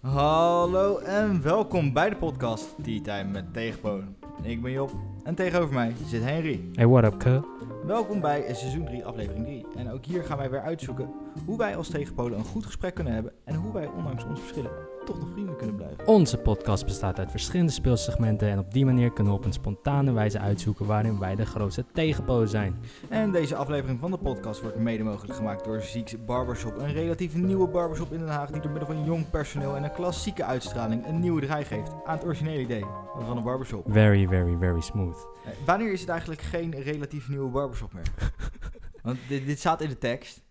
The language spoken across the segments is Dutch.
Hallo en welkom bij de podcast Tea Time met Tegenpolen. Ik ben Job en tegenover mij zit Henry. Hey, what up, cuh? Welkom bij seizoen 3, aflevering 3. En ook hier gaan wij weer uitzoeken hoe wij als tegenpolen een goed gesprek kunnen hebben en hoe wij ondanks onze verschillen toch nog vrienden kunnen blijven. Onze podcast bestaat uit verschillende speelsegmenten en op die manier kunnen we op een spontane wijze uitzoeken waarin wij de grootste tegenpolen zijn. En deze aflevering van de podcast wordt mede mogelijk gemaakt door Zieks Barbershop. Een relatief nieuwe barbershop in Den Haag die door middel van jong personeel en een klassieke uitstraling een nieuwe draai geeft aan het originele idee van een barbershop. Very, very, very smooth. Eh, Wanneer is het eigenlijk geen relatief nieuwe barbershop meer? Want dit, dit staat in de tekst.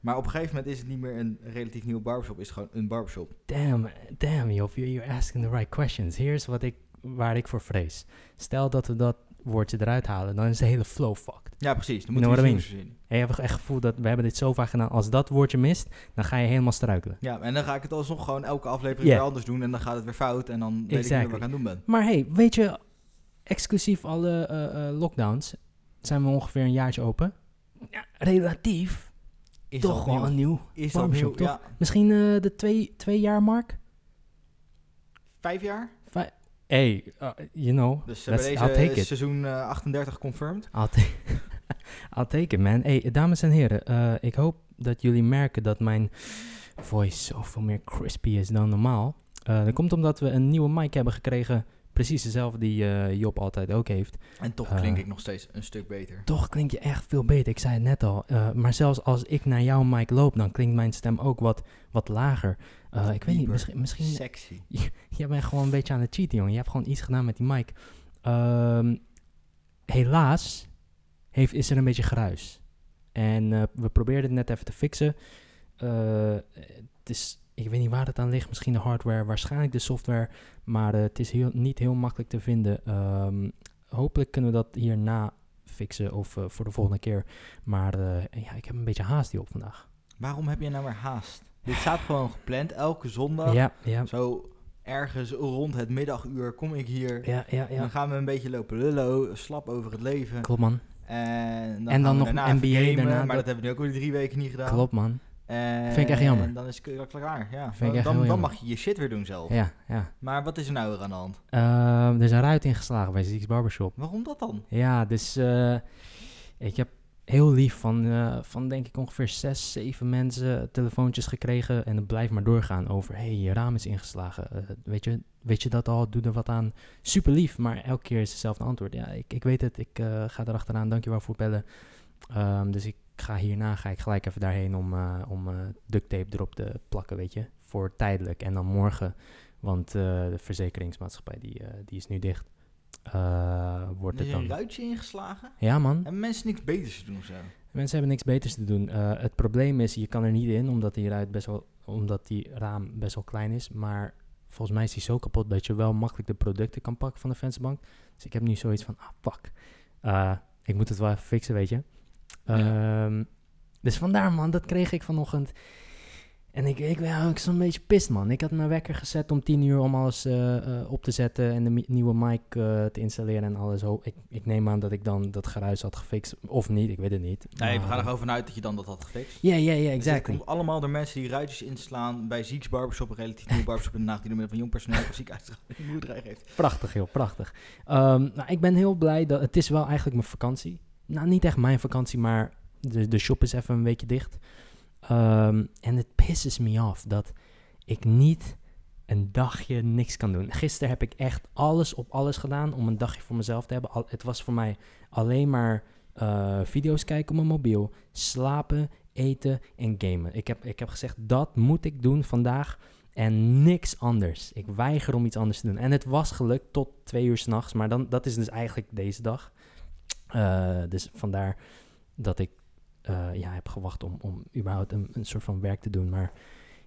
Maar op een gegeven moment is het niet meer een relatief nieuwe barbershop. Is het gewoon een barbershop. Damn, damn, Job, you- you're asking the right questions. Here's wat ik, waar ik voor vrees. Stel dat we dat woordje eruit halen, dan is de hele flow fucked. Ja, precies. Dan You moeten we know iets what I nieuws verzinnen. En je hebt echt het gevoel dat we hebben dit zo vaak gedaan. Als dat woordje mist, dan ga je helemaal struikelen. Ja, en dan ga ik het alsnog gewoon elke aflevering Ja. weer anders doen. En dan gaat het weer fout. En dan weet ik niet meer wat ik Exactly. aan het doen ben. Maar hey, weet je, exclusief alle eh, eh, lockdowns zijn we ongeveer een jaartje open. Ja, relatief Is toch dat wel een nieuw. Is dat nieuw? barbershop, toch? Ja. Misschien eh, de twee, twee jaar mark? Vijf jaar? Vij- hey, uh, you know, Dus eh, let's- bij I'll deze take eh, it. seizoen eh, 38 confirmed. I'll, ta- I'll take it, man. Hey, dames en heren, eh, ik hoop dat jullie merken dat mijn voice zoveel meer crispy is dan normaal. Eh, dat komt omdat we een nieuwe mic hebben gekregen. Precies dezelfde die eh, Job altijd ook heeft. En toch Eh. klink ik nog steeds een stuk beter. Toch klink je echt veel beter, ik zei het net al. Eh, maar zelfs als ik naar jouw mic loop, dan klinkt mijn stem ook wat, wat lager. Eh, ik weet niet, dieper. misschien, misschien Sexy. Je bent gewoon een beetje aan het cheaten, jongen. Je hebt gewoon iets gedaan met die mic. Ehm, helaas heeft, is er een beetje gruis. En eh, we probeerden het net even te fixen. Eh, het is, ik weet niet waar het aan ligt. Misschien de hardware, waarschijnlijk de software. Maar eh, het is heel, niet heel makkelijk te vinden. Ehm, hopelijk kunnen we dat hierna fixen of eh, voor de volgende keer. Maar eh, ja, ik heb een beetje haast die op vandaag. Waarom heb je nou weer haast? Dit staat gewoon gepland. Elke zondag. ja, ja, Zo ergens rond het middaguur kom ik hier. ja, ja, En ja. Dan gaan we een beetje lopen lullo, slap over het leven. Klopt man, En dan, En dan gaan we nog daarna een even NBA gamen, daarna, Maar dat- dat hebben we nu ook weer drie weken niet gedaan. klopt man. En, Vind ik echt jammer. En dan is het klaar- klaar. Ja. Vind ik echt dan, heel dan jammer. mag je je shit weer doen zelf. Ja, ja. Maar wat is er nou weer aan de hand? Ehm, er is een ruit ingeslagen bij Zieks Barbershop. Waarom dat dan? Ja, dus eh, ik heb heel lief van, eh, van denk ik ongeveer zes, zeven mensen telefoontjes gekregen. En het blijft maar doorgaan over, hé, hey, je raam is ingeslagen. Eh, weet, je, weet je dat al? Doe er wat aan. Super lief, maar elke keer is hetzelfde antwoord. Ja, ik, ik weet het. Ik eh, ga erachteraan. Dankjewel voor het bellen. Ehm, dus ik ga hierna ga ik gelijk even daarheen om, eh, om eh, duct tape erop te plakken, weet je. Voor tijdelijk. En dan morgen, want eh, de verzekeringsmaatschappij die, eh, die is nu dicht. Eh, wordt er het is dan... een ruitje ingeslagen? Ja, man. En mensen niks beters te doen of zo? Mensen hebben niks beters te doen. Eh, het probleem is, je kan er niet in omdat die, ruit best wel, omdat die raam best wel klein is. Maar volgens mij is die zo kapot dat je wel makkelijk de producten kan pakken van de vensterbank. Dus ik heb nu zoiets van, ah, fuck. Eh, ik moet het wel even fixen, weet je. Ja. Ehm, dus vandaar, man, dat kreeg ik vanochtend. En ik, ik ben ook zo'n beetje pist, man. Ik had mijn wekker gezet om 10 uur om alles eh, eh, op te zetten en de mi- nieuwe mic eh, te installeren en alles. Ho- Ik, ik neem aan dat ik dan dat geruis had gefixt. Of niet, ik weet het niet. Nee, we gaan er gewoon. gewoon vanuit dat je dan dat had gefixt. Ja, ja, ja, Dus dit exactly. komt allemaal door mensen die ruitjes inslaan bij Zieks Barbershop, een relatief nieuwe barbershop in Den Haag, die door middel van jong personeel klassiek uitstraling een nieuwe draai geeft. Prachtig, heel prachtig. Ehm, nou, ik ben heel blij dat het is wel eigenlijk mijn vakantie. Nou, niet echt mijn vakantie, maar de, de shop is even een weekje dicht. Ehm, en het pisses me af dat ik niet een dagje niks kan doen. Gisteren heb ik echt alles op alles gedaan om een dagje voor mezelf te hebben. Al- het was voor mij alleen maar eh, video's kijken op mijn mobiel, slapen, eten en gamen. Ik heb, ik heb gezegd, dat moet ik doen vandaag en niks anders. Ik weiger om iets anders te doen. En het was gelukt tot twee uur s'nachts, maar dan, dat is dus eigenlijk deze dag. Eh, dus vandaar dat ik eh, ja, heb gewacht om, om überhaupt een, een soort van werk te doen. Maar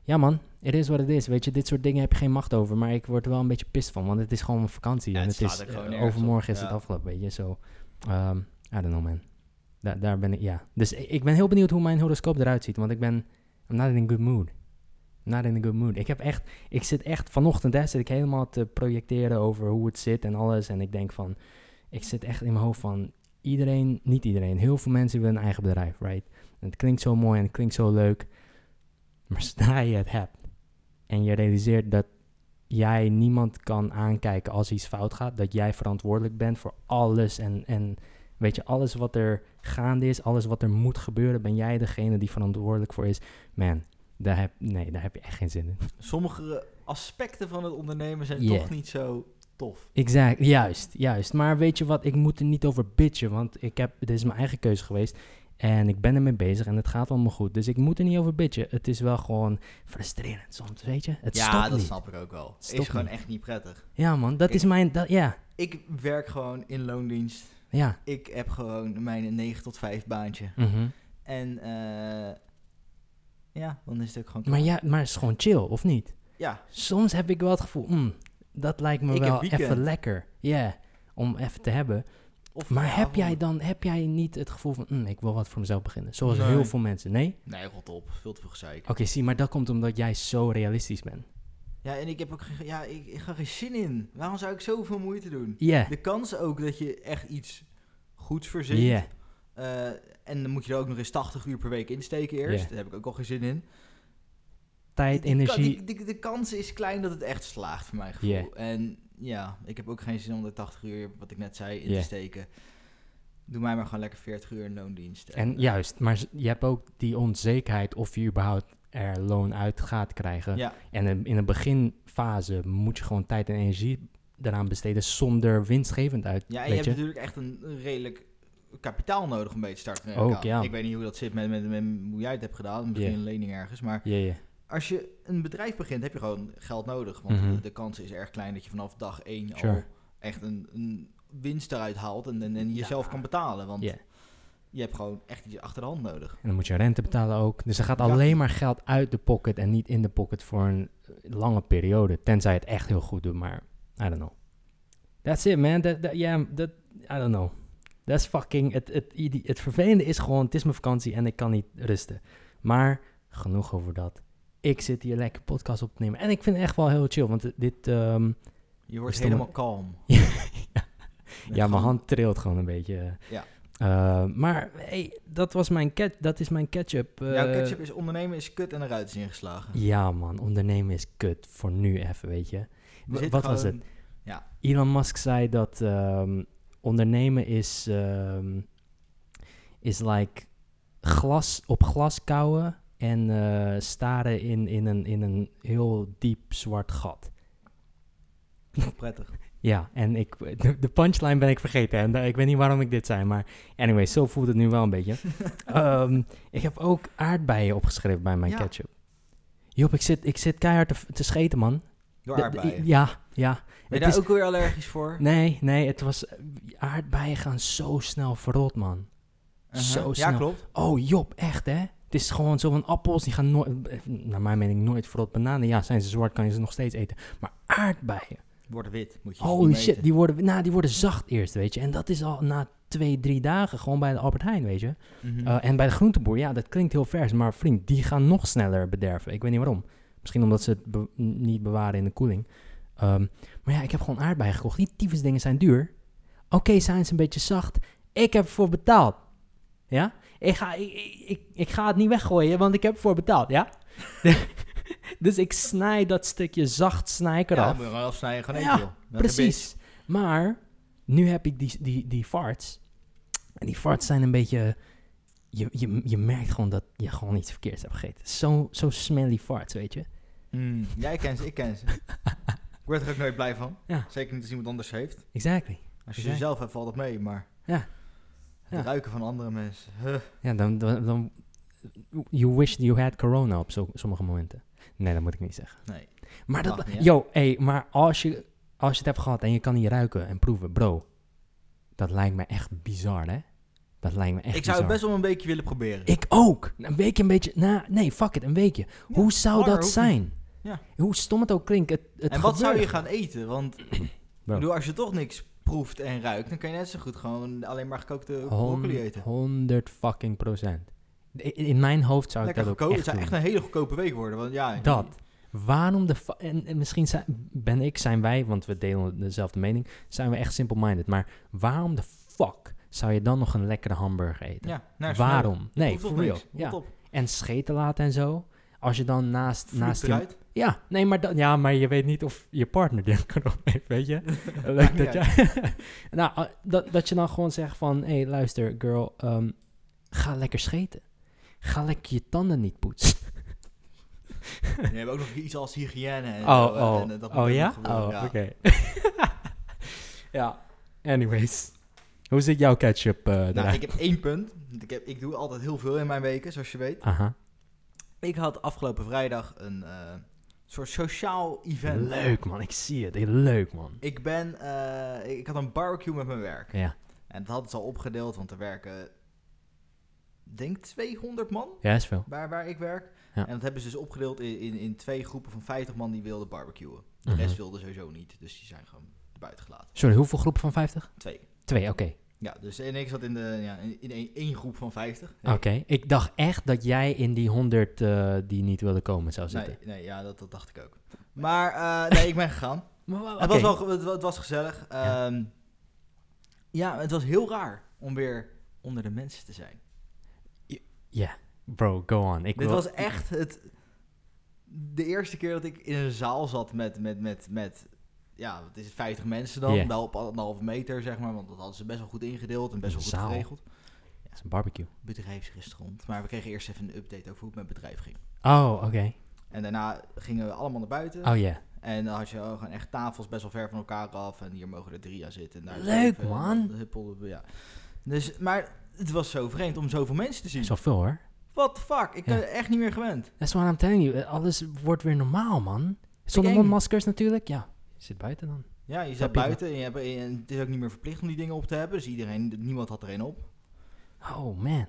ja man, het is wat het is. Weet je, dit soort dingen heb je geen macht over. Maar ik word er wel een beetje pist van, want het is gewoon mijn vakantie. Ja, en het het is, slaat ook gewoon eh, nergens op. overmorgen is Ja. het afgelopen, weet je. Zo, ehm, I don't know man. Da- daar ben ik, ja. Dus i- ik ben heel benieuwd hoe mijn horoscoop eruit ziet, want ik ben, I'm not in a good mood. Not in a good mood. Ik heb echt, ik zit echt, vanochtend hè, zit ik helemaal te projecteren over hoe het zit en alles. En ik denk van, ik zit echt in mijn hoofd van, iedereen, niet iedereen, heel veel mensen willen een eigen bedrijf, right? En het klinkt zo mooi en het klinkt zo leuk. Maar zodra je het hebt en je realiseert dat jij niemand kan aankijken als iets fout gaat. Dat jij verantwoordelijk bent voor alles en, en weet je, alles wat er gaande is, alles wat er moet gebeuren, ben jij degene die verantwoordelijk voor is. Man, daar heb, nee, daar heb je echt geen zin in. Sommige aspecten van het ondernemen zijn Ja. toch niet zo tof. Exact, juist, juist. Maar weet je wat, ik moet er niet over bitchen, want ik heb, dit is mijn eigen keuze geweest. En ik ben ermee bezig en het gaat allemaal goed. Dus ik moet er niet over bitchen. Het is wel gewoon frustrerend soms, weet je? Het ja, stopt dat niet. snap ik ook wel. Is Stopt gewoon niet. echt niet prettig. Ja man, dat is Ik- mijn, dat, ja, Ik werk gewoon in loondienst. ja. Ik heb gewoon mijn 9 tot 5 baantje. Mhm. En eh, ja, dan is het ook gewoon. Maar klaar. ja, maar het is gewoon chill, of niet? ja, Soms heb ik wel het gevoel, mm, dat lijkt me Ik heb wel weekend. even lekker. Ja, om even te hebben. of Maar heb vanavond. jij dan, heb jij niet het gevoel van, mm, ik wil wat voor mezelf beginnen? Zoals Nee. heel veel mensen, nee? Nee, rot op. Veel te veel gezeik. Oké, zie, maar dat komt omdat jij zo realistisch bent. Ja, en ik heb ook geen, ja, ik, ik ga geen zin in. Waarom zou ik zoveel moeite doen? Ja, De kans ook dat je echt iets goeds ja, verzint. eh, en dan moet je er ook nog eens 80 uur per week insteken eerst. Ja. Daar heb ik ook al geen zin in. Tijd, Die ka- energie. die- die- de kans is klein dat het echt slaagt, voor mijn gevoel. Ja. En ja, ik heb ook geen zin om de 80 uur, wat ik net zei, in Ja. te steken. Doe mij maar gewoon lekker 40 uur in loondienst. En juist, maar z- je hebt ook die onzekerheid of je überhaupt er loon uit gaat krijgen. Ja. En in- in de beginfase moet je gewoon tijd en energie eraan besteden zonder winstgevend uit. Ja, en je hebt weet je? natuurlijk echt een een redelijk kapitaal nodig om mee te starten. met een Ook, account. ja. Ik weet niet hoe dat zit met, met, met hoe jij het hebt gedaan. Misschien Ja. een lening ergens. Maar Ja, ja. als je een bedrijf begint, heb je gewoon geld nodig. Want Mhm. de, de kans is erg klein dat je vanaf dag één al Sure. echt een, een winst eruit haalt en, en, en jezelf Ja. kan betalen. Want Ja. je hebt gewoon echt iets achter de hand nodig. En dan moet je rente betalen ook. Dus er gaat Ja. alleen maar geld uit de pocket en niet in de pocket voor een eh, lange periode. Tenzij het echt heel goed doet, maar I don't know. That's it, man. That, that, yeah, that, I don't know. That's fucking... Het, het, ide- het vervelende is gewoon, het is mijn vakantie en ik kan niet rusten. Maar genoeg over dat. Ik zit hier lekker podcast op te nemen. En ik vind het echt wel heel chill, want dit... dit, ehm, Je wordt Stomme- helemaal kalm. Ja. Met ja, mijn gewoon- hand trilt gewoon een beetje. Ja. Eh, maar hey, dat, was mijn cat, dat is mijn catch-up. eh, Jouw ketchup is ondernemen is kut en eruit is ingeslagen. Ja, man, ondernemen is kut voor nu even, weet je. We Wa- zitten Wat was het? gewoon- Elon Musk zei dat ehm, ondernemen is, ehm, is like glas op glas kouwen en eh, staren in, in, een, in een heel diep zwart gat. Prettig. Ja, en ik, de, de punchline ben ik vergeten. En daar- ik weet niet waarom ik dit zei, maar anyway, zo voelt het nu wel een beetje. Ehm, ik heb ook aardbeien opgeschreven bij mijn Ja. ketchup. Job, ik zit, ik zit keihard te, te scheten, man. Door De- aardbeien. de- ja, ja. ben je Het daar is- ook weer allergisch voor? Nee, nee, het was... Aardbeien gaan zo snel verrot, man. Uh-huh. Zo Ja, snel. klopt. Oh, Job, echt, hè? Het is gewoon zo van appels, die gaan nooit... eh, Naar mijn mening nooit verrot. Bananen, ja, zijn ze zwart, kan je ze nog steeds eten. Maar aardbeien... Wordt wit, moet je niet Holy meten. shit, die worden, nou, die worden zacht eerst, weet je. En dat is al na twee, drie dagen gewoon bij de Albert Heijn, weet je. Mhm. Eh, en bij de groenteboer, ja, dat klinkt heel vers. Maar vriend, die gaan nog sneller bederven. Ik weet niet waarom. Misschien omdat ze het be- n- niet bewaren in de koeling. Ehm, maar ja, ik heb gewoon aardbeien gekocht. Die tyfus dingen zijn duur. Oké, zijn ze een beetje zacht. Ik heb ervoor betaald. Ja? Ik ga, ik, ik, ik, ik ga het niet weggooien, want ik heb ervoor betaald, ja? dus ik snij dat stukje zacht snij ik ja, eraf. moet je gewoon afsnijden, gewoon Ja, eten, joh. Met een bit. Precies. Maar nu heb ik die, die, die farts. En die farts zijn een beetje... Je, je, je merkt gewoon dat je gewoon iets verkeerds hebt gegeten. Zo, zo smelly farts, weet je. Mm, ja, ik ken ze, ik ken ze. ik word er ook nooit blij van. Ja. Zeker niet als iemand anders heeft. Exactly. Als je Exact. ze zelf hebt, valt het mee, maar... Ja. Het Ja. ruiken van andere mensen. Huh. Ja, dan... dan, dan you wish you had corona op zo, sommige momenten. Nee, dat moet ik niet zeggen. Nee. Maar dat... Mag niet, hè? yo, hey, maar als je, als je het hebt gehad en je kan niet ruiken en proeven, bro. Dat lijkt me echt bizar, hè? Dat lijkt me echt ik zou het bizar. best wel een beetje willen proberen. Ik ook. Een weekje een beetje... Nou, nee, fuck it, een weekje. Hoe zou langer dat hoeft zijn? Ja. Hoe stom het ook klinkt. Het, het en wat zou je gebeurt. gaan eten? Want ik bedoel, als je toch niks proeft en ruikt, dan kan je net zo goed gewoon alleen maar gekookte broccoli Hond- eten. 100 fucking procent. I- In mijn hoofd zou ik Lekker dat goedkoop. ook Het echt zou doen. echt een hele goedkope week worden. Want ja, Dat. Waarom de... fa- En, en misschien zijn, ben ik, zijn wij, want we delen dezelfde mening, zijn we echt simple-minded. Maar waarom de fuck zou je dan nog een lekkere hamburger eten? Ja, naar smaak. waarom? Nee, Komt toch for real. niks. Rot Ja. op. En scheten laten en zo. Als je dan naast, Vloed naast die- eruit. ja, nee, maar, dan, ja, maar je weet niet of je partner dit corona heeft, weet je? Leuk niet dat je... nou, ah, dat, dat je dan gewoon zegt van... Hé, hey, luister, girl. ehm, ga lekker scheten. Ga lekker je tanden niet poetsen. Je hebt ook nog iets als hygiëne. En oh, zo, en- oh. en eh, dat moet ook oh, nog ja? gebeuren, Oh, ja. oké. ja, anyways. Hoe zit jouw ketchup eh Nou, eruit? ik heb één punt. Ik, heb, ik doe altijd heel veel in mijn weken, zoals je weet. Aha. Ik had afgelopen vrijdag een eh, soort sociaal event. Leuk, man. Ik zie het. Leuk, man. Ik ben, eh, ik had een barbecue met mijn werk. Ja. En dat hadden ze al opgedeeld, want er werken, denk 200 man Ja, is veel. waar, waar ik werk. Ja. En dat hebben ze dus opgedeeld in, in, in twee groepen van 50 man die wilden barbecuen. De Mhm. rest wilde sowieso niet, dus die zijn gewoon buiten gelaten. Sorry, hoeveel groepen van 50? Twee. Twee, oké. Ja, dus en ik zat in, de, ja, in, in één, één groep van 50. Oké, ik dacht echt dat jij in die 100 eh, die niet wilden komen zou zitten. Nee, nee ja, dat, dat dacht ik ook. Maar eh, nee, ik ben gegaan. Maar wa- Het, was oké. wel, ge- het, wa- het was gezellig. Ja. Ehm, ja, het was heel raar om weer onder de mensen te zijn. Bro, go on. Ik Dit wil- was echt het, de eerste keer dat ik in een zaal zat met, met, met, met ja, wat is het, 50 mensen dan. Ja. Wel op anderhalve meter, zeg maar. Want dat hadden ze best wel goed ingedeeld en best wel Een goed zaal. geregeld. Het is een barbecue. Bedrijfsrestaurant. Maar we kregen eerst even een update over hoe het met het bedrijf ging. Oh, oké. En daarna gingen we allemaal naar buiten. Oh ja. En dan had je ook gewoon echt tafels best wel ver van elkaar af. En hier mogen er drie aan zitten. En daar Leuk, zeven. man. En dan huppelden we, ja. Dus, maar het was zo vreemd om zoveel mensen te zien. Zoveel hoor. What the fuck? Ik Ja. ben echt niet meer gewend. That's what I'm telling you. Eh, Alles wordt weer normaal, man. Zonder eng. mondmaskers natuurlijk. Ja, je zit buiten dan. Ja, je Snap zit je? buiten en, je hebt, en het is ook niet meer verplicht om die dingen op te hebben. Dus iedereen, niemand had er een op. Oh, man.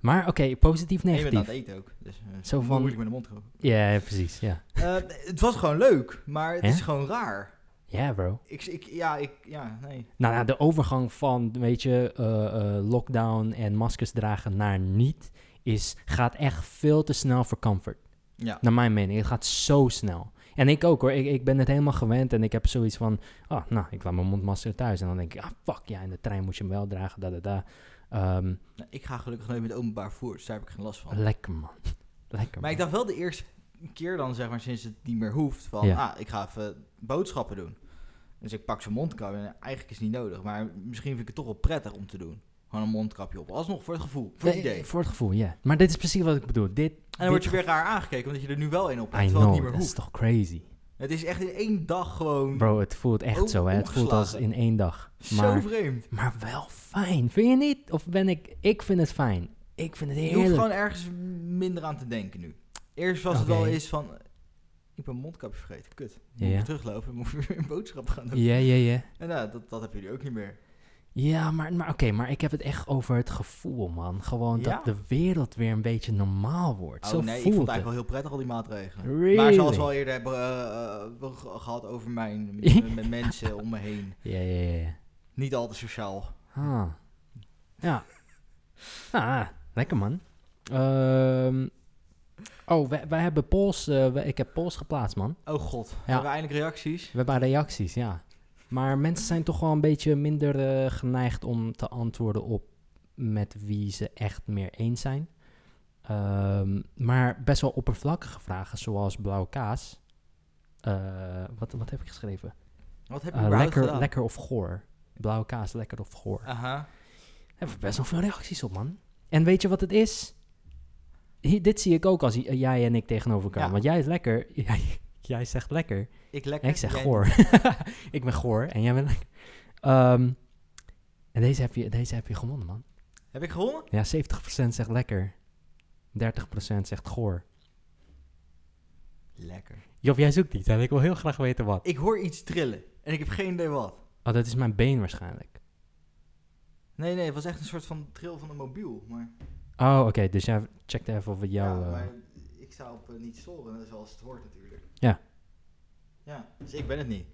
Maar oké, positief, En je bent aan negatief. het eten ook. Dus eh, Zo van- moeilijk met de mond gewoon. Ja, ja, precies. Ja, Eh, het was gewoon leuk, maar het Ja? is gewoon raar. Ja, bro. Ik, ik, ja, ik, ja, nee. Nou, nou, de overgang van, weet je, eh, eh, lockdown en maskers dragen naar niet... Is, gaat echt veel te snel voor comfort. Ja. Naar mijn mening. Het gaat zo snel. En ik ook hoor. Ik, ik ben het helemaal gewend. En ik heb zoiets van. Oh, nou, ik laat mijn mondmasker thuis. En dan denk ik. Ah, fuck ja. In de trein moet je hem wel dragen. Da, da, da. Ehm, Nou, ik ga gelukkig nooit met openbaar voer, dus daar heb ik geen last van. Lekker man. Lekker. Maar ik man. dacht wel de eerste keer dan, zeg maar, sinds het niet meer hoeft, van, Ja. ah, ik ga even boodschappen doen. Dus ik pak zo'n mondkapje, en eigenlijk is het niet nodig, maar misschien vind ik het toch wel prettig om te doen. Gewoon een mondkapje op, alsnog, voor het gevoel, voor het Nee, idee. Voor het gevoel, ja. Maar dit is precies wat ik bedoel. Dit. En dan word je weer raar aangekeken, omdat je er nu wel een op hebt, I terwijl het niet know. meer Dat is hoeft. toch crazy. Het is echt in één dag gewoon Bro, het voelt echt Om- zo, hè. Het voelt als omgeslagen. in één dag. zo Maar, vreemd. maar wel fijn. Vind je niet? Of ben ik. Ik vind het fijn. Ik vind het Je hoeft heerlijk. gewoon ergens minder aan te denken nu. Eerst was het wel Oké. eens van, ik ben mondkapje vergeten, kut. Moet Ja. ik teruglopen, moet ik weer een boodschap gaan doen. Ja, ja, ja. En nou, dat, dat hebben jullie ook niet meer. Ja, maar, maar oké, maar ik heb het echt over het gevoel, man. Gewoon Ja? dat de wereld weer een beetje normaal wordt. Oh Zo nee, ik vond voelt het eigenlijk het. wel heel prettig, al die maatregelen. Really? Maar zoals we al eerder hebben eh, eh, ge- gehad over mijn, met, met mensen om me heen. Ja, ja, ja. ja. Niet al te sociaal. Ah. Ja. ah, lekker man. Ehm, oh, wij, wij hebben polls, eh, wij- ik heb polls geplaatst, man. Oh god, hebben we eindelijk reacties? We hebben reacties, ja. Maar mensen zijn toch wel een beetje minder eh, geneigd om te antwoorden op met wie ze echt meer eens zijn. Ehm, maar best wel oppervlakkige vragen, zoals blauwe kaas. Eh, wat, wat heb ik geschreven? Wat heb je Eh, überhaupt lekker, gedaan? lekker of goor. Blauwe kaas, lekker of goor. Aha. Er hebben best wel veel reacties op, man. En weet je wat het is? Hier- dit zie ik ook als i- jij en ik tegenover elkaar. Ja. Want jij is lekker. Jij, jij zegt lekker. Ik En lekker. ik zeg jij- goor. ik ben goor en jij bent lekker. Ehm, en deze heb, je, deze heb je gewonnen, man. Heb ik gewonnen? Ja, 70% zegt lekker. 30% zegt goor. Lekker. Job, jij zoekt iets en ik wil heel graag weten wat. Ik hoor iets trillen en ik heb geen idee wat. Oh, dat is mijn been waarschijnlijk. Nee, nee, het was echt een soort van tril van een mobiel. Maar, Oh, oké. dus jij checkt even of het jou... ja, eh, maar ik sta op eh, niet storen, zoals het hoort natuurlijk. Ja. Ja, dus ik ben het niet.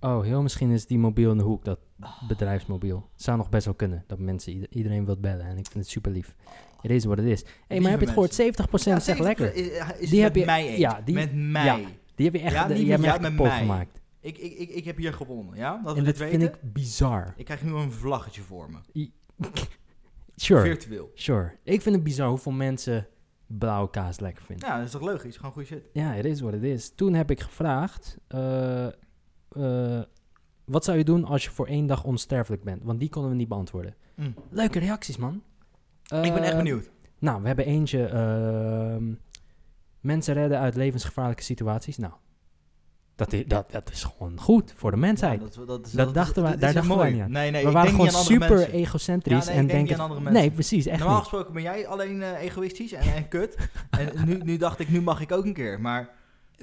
Oh, heel misschien is die mobiel in de hoek, dat Ah. bedrijfsmobiel. Zou nog best wel kunnen, dat mensen ieder- iedereen wilt bellen. En ik vind het super lief. Het is wat het is. Hé, hey, maar heb je mensen. het gehoord? 70% Ja, zegt 70% lekker. Is, is Die die heb heb je- mij eens. ja, die- met mij. ja. Die heb je echt, Ja, de- niet die met hebben jou, echt met kapot mij. gemaakt. Ik, ik, ik, ik heb hier gewonnen, ja? Dat we En dit dat weten. vind Ik... ik bizar. krijg nu een vlaggetje voor me. Sure, Virtueel. sure. Ik vind het bizar hoeveel mensen blauwe kaas lekker vind. Ja, dat is toch logisch? Gewoon goede shit. Ja, het is wat het is. Toen heb ik gevraagd, eh, eh, wat zou je doen als je voor één dag onsterfelijk bent? Want die konden we niet beantwoorden. Mm. Leuke reacties, man. ik ben echt Eh, benieuwd. Nou, we hebben eentje, ehm, mensen redden uit levensgevaarlijke situaties. Nou, dat is, dat, dat is gewoon goed voor de Ja, mensheid. dat, dat, is- dat is- dachten wij- is daar heel dachten wij mooi. niet aan. Nee, nee, we ik waren denk niet gewoon aan andere super mensen. egocentrisch Ja, nee, en ik denk denken... niet aan andere van- mensen. Nee, precies, echt Normaal niet. gesproken ben jij alleen eh, egoïstisch en, en kut. En nu, nu dacht ik, nu mag ik ook een keer. Maar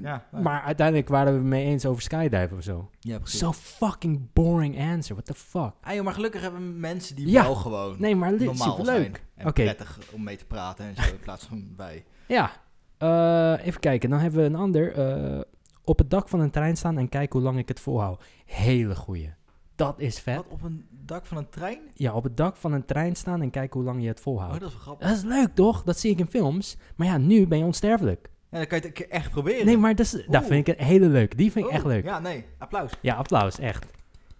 ja, nou, Maar uiteindelijk waren we het mee eens over skydiven of zo. ja precies. Zo fucking boring answer, what the fuck. Ah, joh, maar gelukkig hebben we mensen die Ja. wel gewoon Nee, maar dit is normaal zijn. superleuk. En Oké. prettig om mee te praten en zo, in plaats van wij. Ja, eh, even kijken. Dan hebben we een ander. eh, op het dak van een trein staan en kijken hoe lang ik het volhoud. Hele goeie. Dat is vet. Wat, op een dak van een trein? Ja, op het dak van een trein staan en kijken hoe lang je het Oh, volhoudt. dat is wel grappig. Dat is leuk, toch? Dat zie ik in films. Maar ja, nu ben je onsterfelijk. Ja, dan kan je het een keer echt proberen. Nee, maar dat, is, dat Oeh. Oh. vind ik een hele leuk. Die vind ik Oeh, echt leuk. Ja, nee. Applaus. Ja, applaus, echt.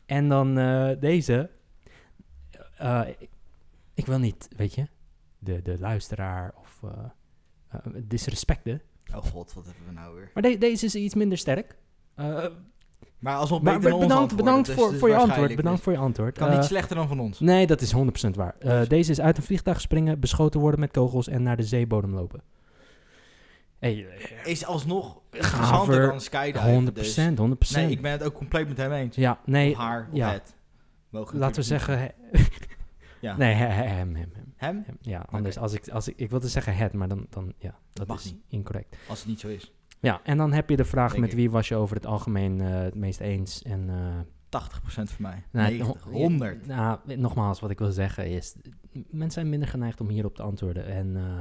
En dan eh, deze. Eh, ik- ik wil niet, weet je, de, de luisteraar of eh eh, disrespecten. Oh god, wat hebben we nou weer. Maar de- deze is iets minder sterk. Eh, Maar alsnog maar beter dan be- ons bedankt, antwoorden, bedankt dus voor, het is voor je antwoord. waarschijnlijk Bedankt mis. voor je antwoord. Kan Eh, niet slechter dan van ons. nee, dat is 100% waar. Eh, Dus- deze is uit een vliegtuig springen, beschoten worden met kogels en naar de zeebodem lopen. Hey, eh, Is alsnog interessanter Gaver, dan skydiven. 100%, dus- 100%. Nee, ik ben het ook compleet met hem eens. Ja, nee, Of haar, of ja. het. Mogen laten we natuurlijk niet. zeggen... Ja. Nee, he- he- hem, hem, hem. Hem? Hem, Ja, anders als ik, als ik, ik wilde zeggen het, maar dan, dan ja, dat mag is niet. incorrect. Als het niet zo is. 80%. Ja, en dan heb je de vraag Denk met ik. wie was je over het algemeen eh, het meest eens en... eh, voor mij. nou, 90, ho- 100. Nou, nogmaals, wat ik wil zeggen is, mensen zijn minder geneigd om hierop te antwoorden en eh,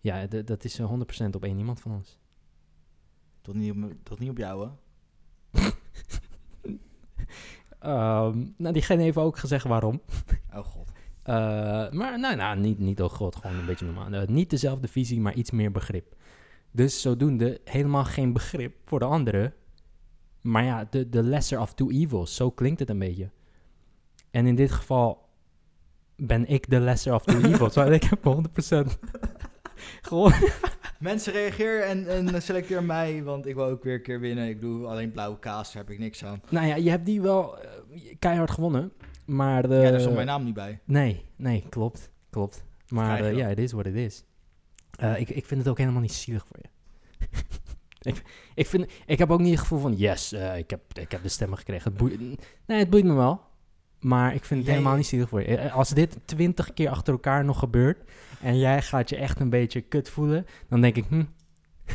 ja, d- dat is eh, 100% op één iemand van ons. Tot niet, op, me- tot niet op jou, hè? Ehm, nou, diegene heeft ook gezegd waarom. Oh god. Eh, maar nou, nou niet, niet oh god, gewoon een beetje normaal. Eh, niet dezelfde visie, maar iets meer begrip. Dus zodoende helemaal geen begrip voor de anderen. Maar ja, de, de lesser of two evils, zo klinkt het een beetje. En in dit geval ben ik de lesser of two evils, want ik heb 100% gewoon... Mensen, reageer en, en selecteer mij, want ik wil ook weer een keer winnen. Ik doe alleen blauwe kaas, daar heb ik niks aan. Nou ja, je hebt die wel eh, keihard gewonnen, maar... eh, ja, daar stond mijn naam niet bij. Nee, nee, klopt. Klopt. Maar Krijg je eh, dat? ja, het is wat het is. Eh, ik, ik vind het ook helemaal niet zielig voor je. ik, ik, vind, ik heb ook niet het gevoel van, yes, eh, ik, heb, ik heb de stemmen gekregen. Het boeit- nee, het boeit me wel. Maar ik vind het Jij- helemaal niet zielig voor je. Eh, Als dit twintig keer achter elkaar nog gebeurt en jij gaat je echt een beetje kut voelen, dan denk ik, hm,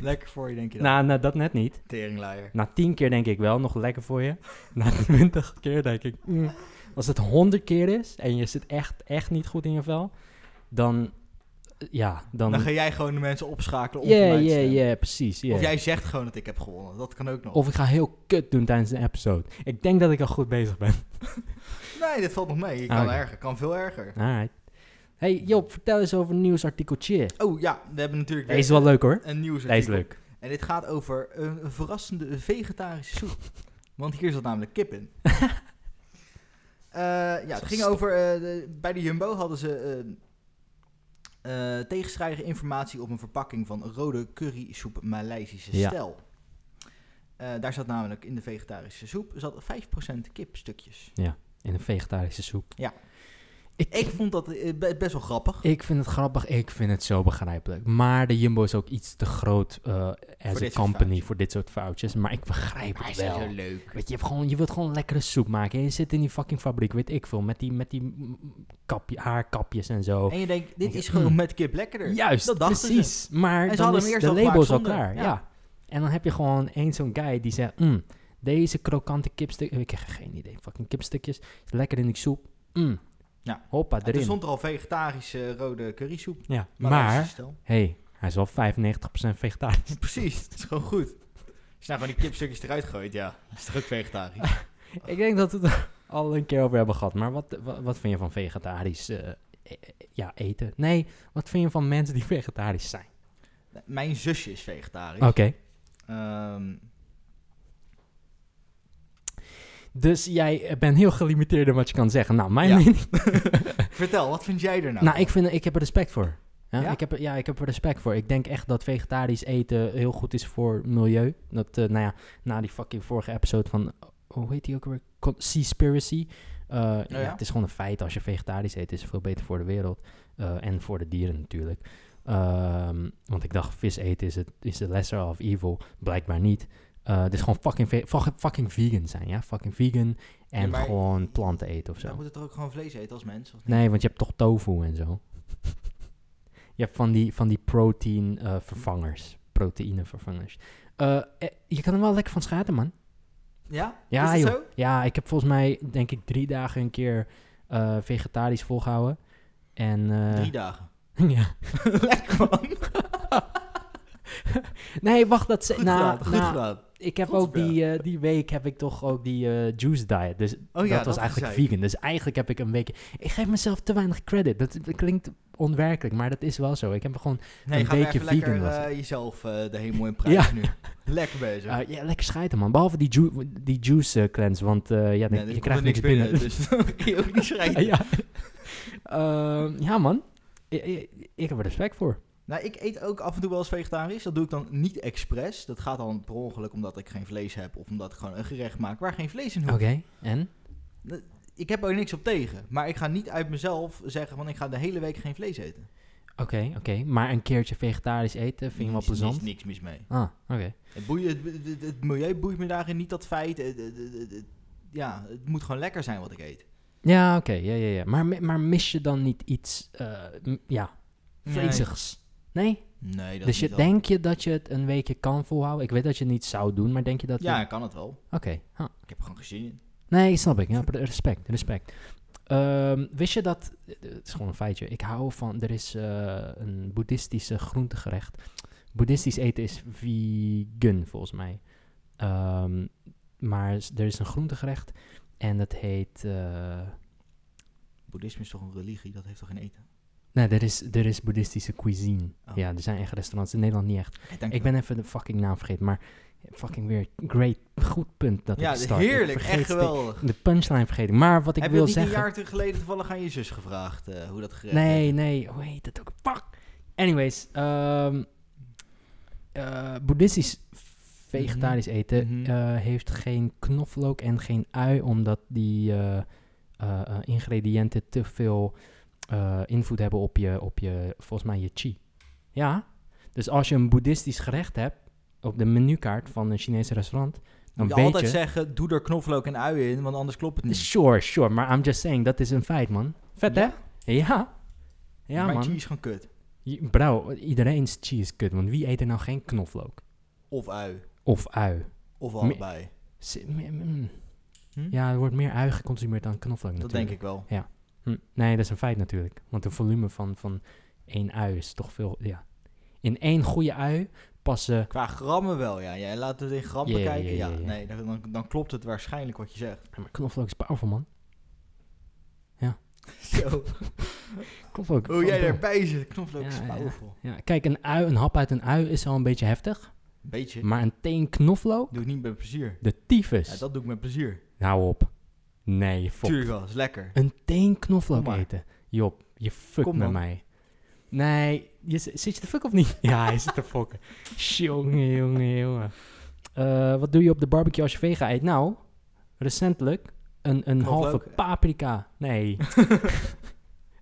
Lekker voor je, denk je dan. nou, nou, dat net niet. Teringlaaier. Na tien keer denk ik wel, nog lekker voor je. Na twintig keer denk ik... mm. Als het honderd keer is en je zit echt, echt niet goed in je vel... Dan... eh, Ja, dan... Dan ga jij gewoon de mensen opschakelen om voor Ja, mij te ja, stemmen. ja, precies. ja. Of jij zegt gewoon dat ik heb gewonnen. Dat kan ook nog. Of ik ga heel kut doen tijdens een episode. Ik denk dat ik al goed bezig ben. Nee, dit valt nog mee. Je Ah, kan oké. erger, kan veel erger. Alright. Hey Job, vertel eens over een nieuwsartikeltje. Oh ja, we hebben natuurlijk Deze is wel leuk hoor. een nieuwsartikel. Deze is leuk. En dit gaat over een verrassende vegetarische soep. Want hier zat namelijk kip in. Eh, ja, het ging stom. over... eh, de- bij de Jumbo hadden ze eh, eh, tegenstrijdige informatie op een verpakking van rode currysoep Maleisische Ja. stijl. Eh, daar zat namelijk in de vegetarische soep zat 5% kipstukjes. In een vegetarische soep. Ja. Ik, Ik ik, vond dat eh, be- best wel grappig. vind het grappig. Ik vind het zo begrijpelijk. Maar de Jumbo is ook iets te groot eh, dit as a soort company foutjes. voor dit soort foutjes. Maar ik begrijp Maar het is dat wel. zo leuk. Weet je, je, hebt gewoon, je wilt gewoon lekkere soep maken. En je zit in die fucking fabriek, weet ik veel. Met die, met die mm, kapje, haarkapjes en zo. En je denkt, dit Denk je, is gewoon mm. met kip lekkerder. Juist, dat dachten precies. Maar En ze dan hadden is hem eerst de al gemaakt label al zonder, klaar. Ja. ja. En dan heb je gewoon één zo'n guy die zegt... "Mm, deze krokante kipstukjes... Ik heb geen idee. Fucking kipstukjes. Is lekker in die soep. Mm. Ja. Hoppa, En erin. toen stond er al vegetarische rode currysoep. ja. Maleisische Maar, stijl. hey, hij is wel 95% vegetarisch. Precies, dat is gewoon goed. Als je nou gewoon die kipstukjes eruit gooit, ja, dat is toch ook vegetarisch? Ik denk dat we het er al een keer over hebben gehad. Maar wat, wat, wat vind je van vegetarisch eh, eh, ja, eten? Nee, wat vind je van mensen die vegetarisch zijn? Mijn zusje is vegetarisch. Oké. Ehm, Dus jij eh, bent heel gelimiteerd in wat je kan zeggen. Nou, mijn Ja. mening... vertel, wat vind jij er nou? Nou, van? ik, vind, ik heb er respect voor. Ja, Ja? Ik heb, er- ja, ik heb er respect voor. Ik denk echt dat vegetarisch eten heel goed is voor milieu. Dat, eh, nou ja, na die fucking vorige episode van, hoe heet die ook weer? Con- Seaspiracy. Eh, ja, Oh ja. Het is gewoon een feit, als je vegetarisch eet, is het veel beter voor de wereld. Eh, en voor de dieren natuurlijk. Ehm, want ik dacht, vis eten is, het, is de lesser of evil. Blijkbaar niet. Eh dus gewoon fucking, ve- fuck- fucking vegan zijn, ja? Fucking vegan en Ja, maar- gewoon planten eten of zo. Dan moet het toch ook gewoon vlees eten als mens? Of niet? Nee, want je hebt toch tofu en zo. je hebt van die, van die protein eh, vervangers. Proteïne vervangers. Eh, eh, je kan er wel lekker van schaten, man. Ja? Ja, is dat joh. zo? Ja, ik heb volgens mij, denk ik, drie dagen een keer eh, vegetarisch volgehouden. En, eh, Drie dagen. ja. Lekker man. Nee, wacht, dat ze, Goed na, gedaan, goed na- gedaan. Ik heb Goed ook gedaan. die, eh, die week heb ik toch ook die eh, juice diet. Dus Oh ja, dat was is eigenlijk hij. vegan. Dus eigenlijk heb ik een week. Ik geef mezelf te weinig credit. Dat, dat klinkt onwerkelijk, maar dat is wel zo. Ik heb gewoon Nee, een ga maar beetje even lekker vegan was eh, jezelf eh, de hemel in prijs nu. Lekker bezig. Eh, ja, lekker schijten, man. Behalve die, ju- die juice eh, cleanse, want eh, ja, Nee, dan- er je komt krijgt er niks binnen. Dus dan kun je ook niet schrijven. ja. Ehm, ja, man. I- I- Ik, heb er respect voor. Nou, ik eet ook af en toe wel eens vegetarisch. Dat doe ik dan niet expres. Dat gaat dan per ongeluk omdat ik geen vlees heb. Of omdat ik gewoon een gerecht maak waar geen vlees in Oké, hoeft. en? Ik heb er niks op tegen. Maar ik ga niet uit mezelf zeggen van ik ga de hele week geen vlees eten. Oké, oké. Maar een keerertje vegetarisch eten vind je wel Is- is plezant? niks mis mee. Ah, oké. Het, boeien, het, het- het- het milieu boeit me daarin niet dat feit. Het- het- het- het- het- ja, het moet gewoon lekker zijn wat ik eet. Ja, oké. ja, ja, ja. Maar, mi- maar mis je dan niet iets, eh, m- ja, Nee. vleesigs? Nee? Nee, dat Dus niet je, denk je dat je het een weekje kan volhouden? Ik weet dat je het niet zou doen, maar denk je dat... Ja, je- ik kan het wel. Oké. huh. Ik heb er gewoon gezin in. Nee, snap ik. Ja, respect, respect. Ehm, wist je dat... Het is gewoon een feitje. Ik hou van... Er is eh, een boeddhistische groentegerecht. Boeddhistisch eten is vegan, volgens mij. Ehm, maar s- er is een groentegerecht en dat heet... eh, Boeddhisme is toch een religie? Dat heeft toch geen eten? nee, er is, er is boeddhistische cuisine. Oh. Ja, er zijn echt restaurants. In Nederland niet echt. Oké, dank je Ik ben even de fucking naam vergeten, maar... Fucking weer great, goed punt dat ja, ik start. Ik heerlijk. vergeet Echt geweldig. De punchline vergeten. Maar wat ik Heb je wil dat niet zeggen... een jaar te- geleden toevallig aan je zus gevraagd eh, hoe dat gerecht Nee, heet? nee, hoe heet het ook? Fuck. Anyways, ehm, eh, boeddhistisch vegetarisch eten Mhm. eh, heeft geen knoflook en geen ui, omdat die eh, eh, eh, ingrediënten te veel eh, invloed hebben op je, op je, volgens mij, je chi. Ja, dus als je een boeddhistisch gerecht hebt op de menukaart van een Chinese restaurant, dan Moet je weet altijd je... zeggen, doe er knoflook en ui in, want anders klopt het niet. Sure, sure, maar I'm just saying, dat is een feit, man. Vet, hè? Ja. Ja, maar man. cheese is gewoon kut. Je- Bro, iedereen's cheese kut, want wie eet er nou geen knoflook? Of ui. Of ui? Of Me- allebei. Z- mm, mm. Hm? Ja, er wordt meer ui geconsumeerd dan knoflook dat natuurlijk. denk ik wel. Hm, Nee, dat is een feit natuurlijk. Want de volume van, van één ui is toch veel... Ja. In één goede ui passen... Qua grammen wel, ja. ja laten we het in grammen Ja, ja, kijken. ja, Ja, ja, ja. nee, dan, dan- dan klopt het waarschijnlijk wat je zegt. Ja, Maar knoflook is powerful, man. Zo, Knoflook... hoe Oh, jij powerful. erbij zit. Knoflook is Ja, ja. powerful. Ja, kijk, een, ui, een hap uit een ui is al een beetje heftig. Beetje. Maar een teen knoflook? Doe het niet met plezier. De tyfus. Ja, dat doe ik met plezier. Nou op. Nee, fok. Tuurlijk wel, is lekker. Een teen knoflook Kom maar. eten. Job, je fuck Kom met dan. mij. Nee, je, z- zit je te fuck of niet? Ja, hij zit te fokken. jongen, jongen, jongen. Eh, wat doe je op de barbecue als je vega eet? Nou, recentelijk een, een Knoflook. halve paprika. Nee.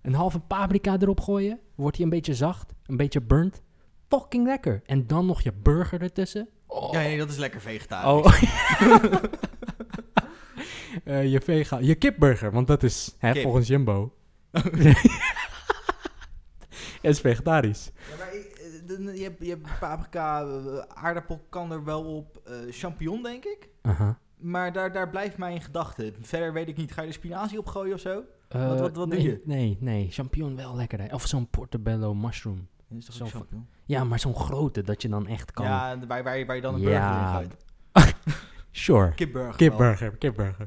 een halve paprika erop gooien. Wordt hij een beetje zacht, een beetje burnt. Fucking lekker. En dan nog je burger ertussen. Oh. Ja, nee, dat is lekker vegetarisch. Oh. Eh, je vega, je kipburger, want dat is hè, Kip. volgens Jumbo. is vegetarisch. Ja, maar ik- eh, dan- je, hebt, je hebt paprika, eh, aardappel kan er wel op, eh champignon denk ik. Aha. Maar daar, daar blijft mij in gedachten. Verder weet ik niet, ga je er spinazie op gooien of zo? Eh, Wat- wat- wat doe nee, je? Nee, nee, champignon wel lekker. Hè. Of zo'n portobello mushroom. Dat is toch Zo ook van- champignon? Ja, maar zo'n grote dat je dan echt kan. Ja, waar, waar, waar je dan een Ja. burger in gooit. Sure. Oh. Kipburger. wel. Kipburger, kipburger.